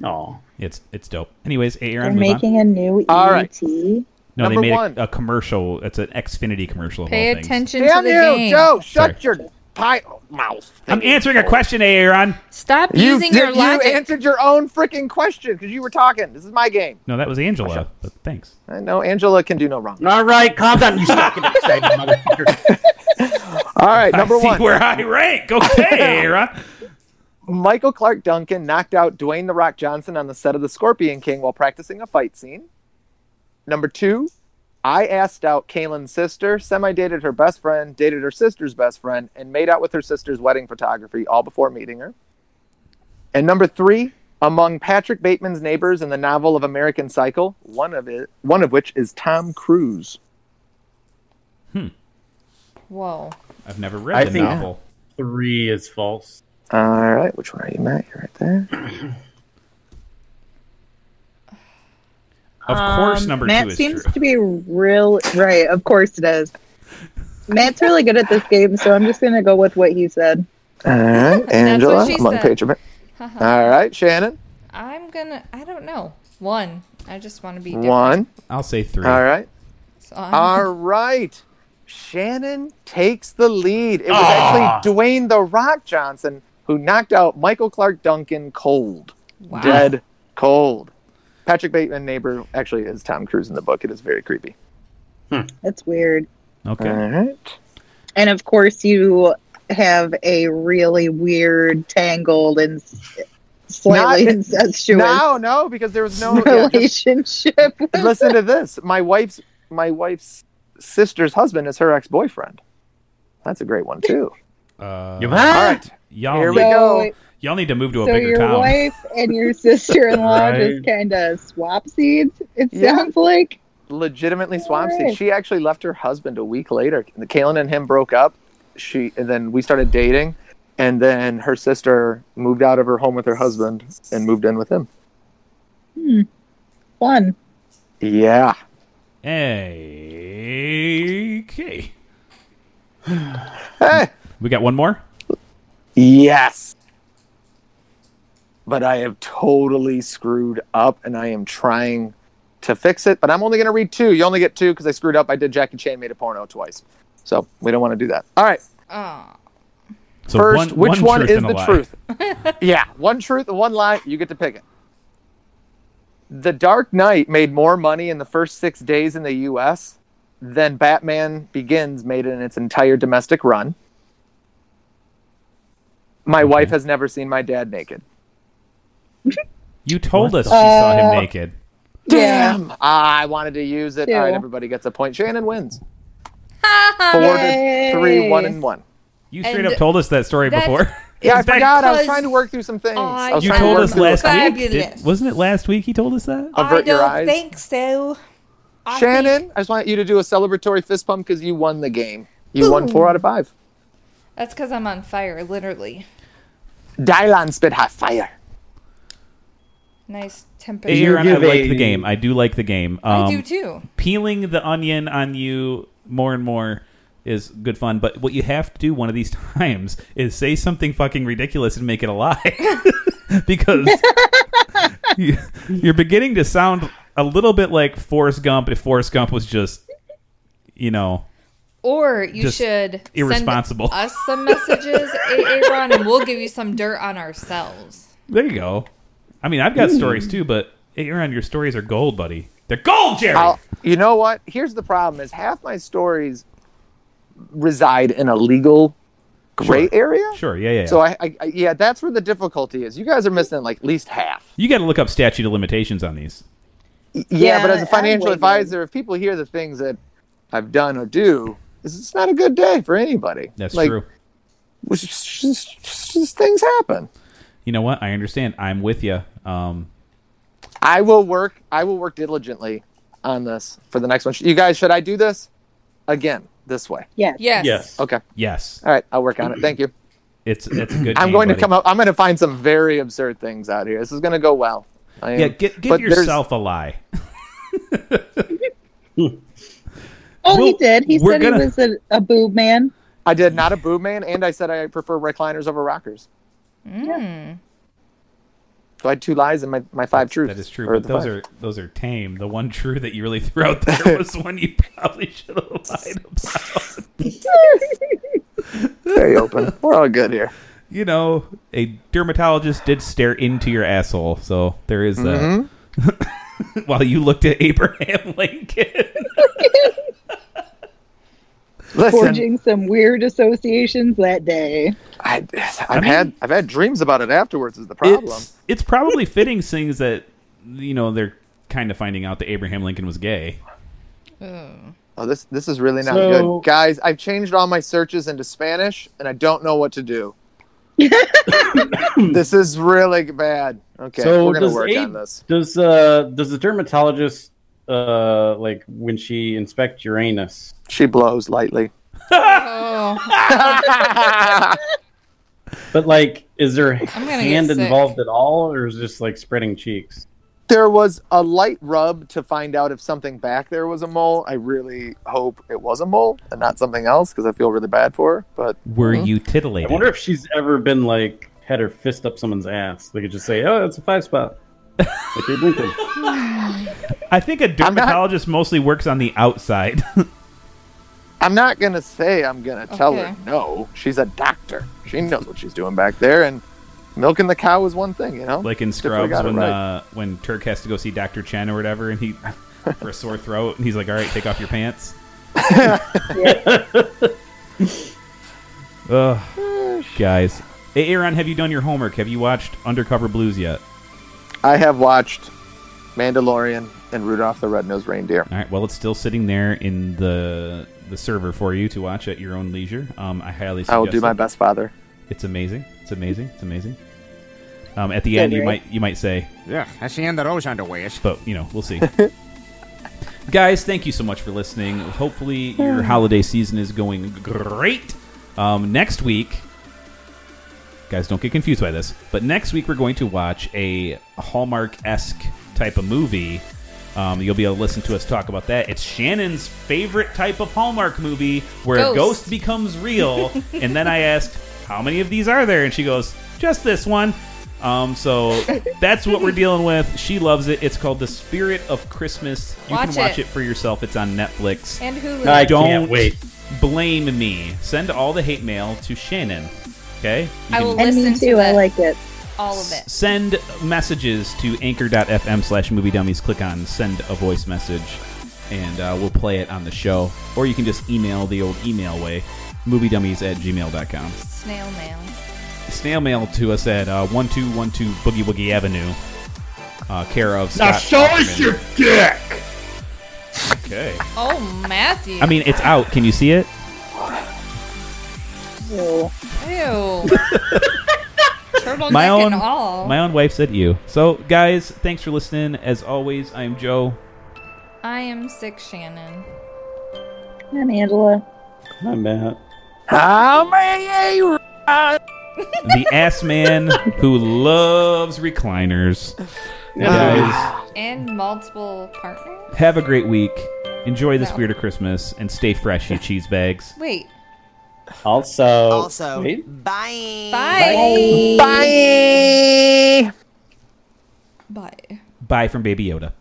Oh,
It's it's dope. Anyways,
They're
Aaron, move on.
making a new E ET.
All right.
No, they
Number
made
one.
a, a commercial. It's an Xfinity commercial. Of
Pay
all things.
attention
Damn
to the
you,
game.
Joe!
Sorry.
Shut your pie mouth.
I'm answering a question, Aaron.
Stop
You,
using
did-
your
you
logic.
answered your own freaking question because you were talking. This is my game.
No, that was Angela. But thanks.
I know Angela can do no wrong.
all right, calm down. You stuck it excited motherfucker.
All right, number
I see
one.
where I rank. Okay, Aaron.
Michael Clark Duncan knocked out Dwayne The Rock Johnson on the set of The Scorpion King while practicing a fight scene. Number two, I asked out Kaylin's sister, semi dated her best friend, dated her sister's best friend, and made out with her sister's wedding photography all before meeting her. And number three, among Patrick Bateman's neighbors in the novel of American Cycle, one of it, one of which is Tom Cruise.
Whoa.
I've never read
I
the
think-
novel.
Three is false.
All right, which one are you, Matt? You're right there.
Of course,
Um,
number
Matt
two is
seems
true.
to be real right. Of course it is. Matt's really good at this game, so I'm just gonna go with what he said.
All right, Angela.
she
among
said.
Patrick Ba-
Haha.
All right, Shannon.
I'm gonna. I don't know. One. I just want to be different.
One.
I'll say three.
All right.
So I'm-
All right. Shannon takes the lead. It was actually Dwayne The Rock Johnson who knocked out Michael Clark Duncan cold.
wow.
Dead cold. Patrick Bateman, neighbor, actually is Tom Cruise in the book. It is very creepy.
That's weird.
Okay.
All right.
And of course you have a really weird, tangled and s- slightly
Not-
incestuous
No, no, because there was no. yeah, just-
relationship. with-
listen to this. My wife's my wife's sister's husband is her ex boyfriend. That's a great one too.
Uh,
You-
All right.
y'all,
so,
Here we
need,
go.
y'all need to move to a
so
bigger
your
town.
wife and your sister-in-law
Right.
just kind of swap seeds. It
Yeah.
sounds like
legitimately swamp
Alright.
seed. She actually left her husband a week later. Kaylin and him broke up. She and then we started dating, and then her sister moved out of her home with her husband and moved in with him.
fun.
Yeah.
Okay.
Hey.
We got one more?
Yes. But I have totally screwed up, and I am trying to fix it. But I'm only going to read two. You only get two because I screwed up. I did Jackie Chan made a porno twice, so we don't want to do that. All right.
Oh.
So
First, which one
truth
is
and a
the
lie.
truth? yeah, one truth, and one lie. You get to pick it. The Dark Knight made more money in the first six days in the U.S. than Batman Begins made in its entire domestic run. My wife has never seen my dad naked.
You told us she saw him
Uh,
naked.
Yeah.
I wanted to use it. All right,
Ew.
everybody gets a point. Shannon wins. Four to three, one and one.
You straight
and
up told us that story
that's-
before.
Yeah, I
Back-
forgot. I was
because
trying to work through some things. I was
You
trying to
told
work
us
through
last week.
Fabulous.
Did- wasn't it last week he told us that?
Avert your eyes.
so. I
Shannon,
think-
I just want you to do a celebratory fist pump because you won the game. You won four out of five.
that's because I'm on fire, literally.
Dylan spit hot fire.
Nice
Hey,
temperature.
Aaron, I
give
like
a-
the game. I do like the game. Um,
I do too.
peeling the onion on you more and more is good fun. But what you have to do one of these times is say something fucking ridiculous and make it a lie, because you, you're beginning to sound a little bit like Forrest Gump if Forrest Gump was just, you know,
Or you
Just
should
irresponsible.
send us some messages, AA Ron, and we'll give you some dirt on ourselves.
there you go. I mean, I've
Hmm.
got stories too, but Aaron, your stories are gold, buddy. They're gold, Jerry.
I'll, you know what? Here's the problem: is half my stories reside in a legal gray area.
sure, yeah, yeah. yeah.
So I, I, I, yeah, that's where the difficulty is. You guys are missing like at least half.
you got to look up statute of limitations on these.
Y- Yeah,
Yeah,
but as a
I'm
financial
waiting.
advisor, if people hear the things that I've done or do, it's it's not a good day for anybody.
That's
like,
true.
It's just, it's just things happen.
You know what? I understand. I'm with you. Um,
I will work. I will work diligently on this for the next one. Sh- You guys, should I do this again this way?
Yes.
Yes.
Yes.
Okay.
yes,
All right. I'll work on it. Thank you.
it's it's a good.
I'm
game,
going
buddy.
to come up. I'm going to find some very absurd things out here. This is going to go well. I am-
Yeah, give, give
but there's-
yourself a lie.
Oh, he
Well,
did. He
we're
said
gonna-
he was a, a boob man.
I did not a boob man, and I said I prefer recliners over rockers.
Mm.
So I had two lies and my, my five truths.
That is true,
or
but
the
those
five.
are those are tame. The one true that you really threw out there was one you probably should have lied about.
very open. We're all good here.
You know, a dermatologist did stare into your asshole, so there is that.
Mm-hmm.
While you looked at Abraham Lincoln,
Listen,
forging some weird associations that day.
I, I've had I've had dreams about it afterwards. Is the problem?
it's, it's probably fitting things that you know they're kind of finding out that Abraham Lincoln was gay.
Ooh.
Oh, this this is really not
So-
good, guys. I've changed all my searches into Spanish, and I don't know what to do. this is really bad. Okay,
So
we're gonna
does
work
Abe-
on this.
Does uh does the dermatologist uh like when she inspects Uranus?
She blows lightly.
Oh,
But like, is there
gonna get
hand
sick.
involved at all, or is it just like spreading cheeks?
there was a light rub to find out if something back there was a mole. I really hope it was a mole and not something else because I feel really bad for her. But
Were you
I
titillated?
wonder if she's ever been like had her fist up someone's ass. They could just say, "Oh, it's a five spot." like Abe Lincoln.
I think a
I'm not-
dermatologist mostly works on the outside.
I'm not gonna say I'm gonna tell her
Okay.
no. She's a doctor. She knows what she's doing back there, and milking the cow is one thing, you know.
like in
Definitely
Scrubs
got it
when
right.
uh, when Turk has to go see Doctor Chen or whatever, and he for a sore throat, and he's like, "All right, take off your pants." Ugh, guys. Hey, Aaron, have you done your homework? Have you watched Undercover Blues yet?
I have watched Mandalorian and Rudolph the Red-Nosed Reindeer.
All right. Well, it's still sitting there in the the server for you to watch at your own leisure. Um, I highly suggest
I will do my
it.
best, Father.
It's amazing. It's amazing. It's amazing. Um, at the end, you might you might say,
Yeah, that's the end of those underwears.
but you know, we'll see. Guys, thank you so much for listening. Hopefully, your holiday season is going great. Um, next week, guys, don't get confused by this, but next week we're going to watch a Hallmark esque type of movie. Um, you'll be able to listen to us talk about that. It's Shannon's favorite type of Hallmark movie where a
Ghost.
ghost becomes real. and then I asked, How many of these are there? And she goes, Just this one. Um, so that's what we're dealing with. She loves it. It's called The Spirit of Christmas. You
Watch
can watch
it.
it for yourself. It's on Netflix.
and Hulu.
I
Don't
can't wait.
blame me. Send all the hate mail to Shannon. Okay? You
I
can
will
And
listen
me
to
too. I
that.
like it.
all of it.
Send messages to anchor.fm slash movie dummies. Click on send a voice message and uh, we'll play it on the show. Or you can just email the old email way movie dummies at gmail.com.
Snail mail.
Snail mail to us at uh, 1212 Boogie Woogie Avenue, uh, care of Scott. Hoffman.
dick.
Okay.
Oh, Matthew.
I mean, it's out. Can you see it?
Ew.
Ew. Turtleneck
My own-
and all.
My own wife said you. So, guys, thanks for listening. As always, I'm Joe.
I am sick, Shannon.
I'm Angela.
Hi, Matt.
How may ye rise?
the ass man who loves recliners. Guys,
And multiple partners?
have a great week. Enjoy the
No.
spirit of Christmas and stay fresh, you cheese bags.
Wait.
Also,
Also,
Wait.
bye.
Bye.
Bye.
Bye.
Bye from Baby Yoda.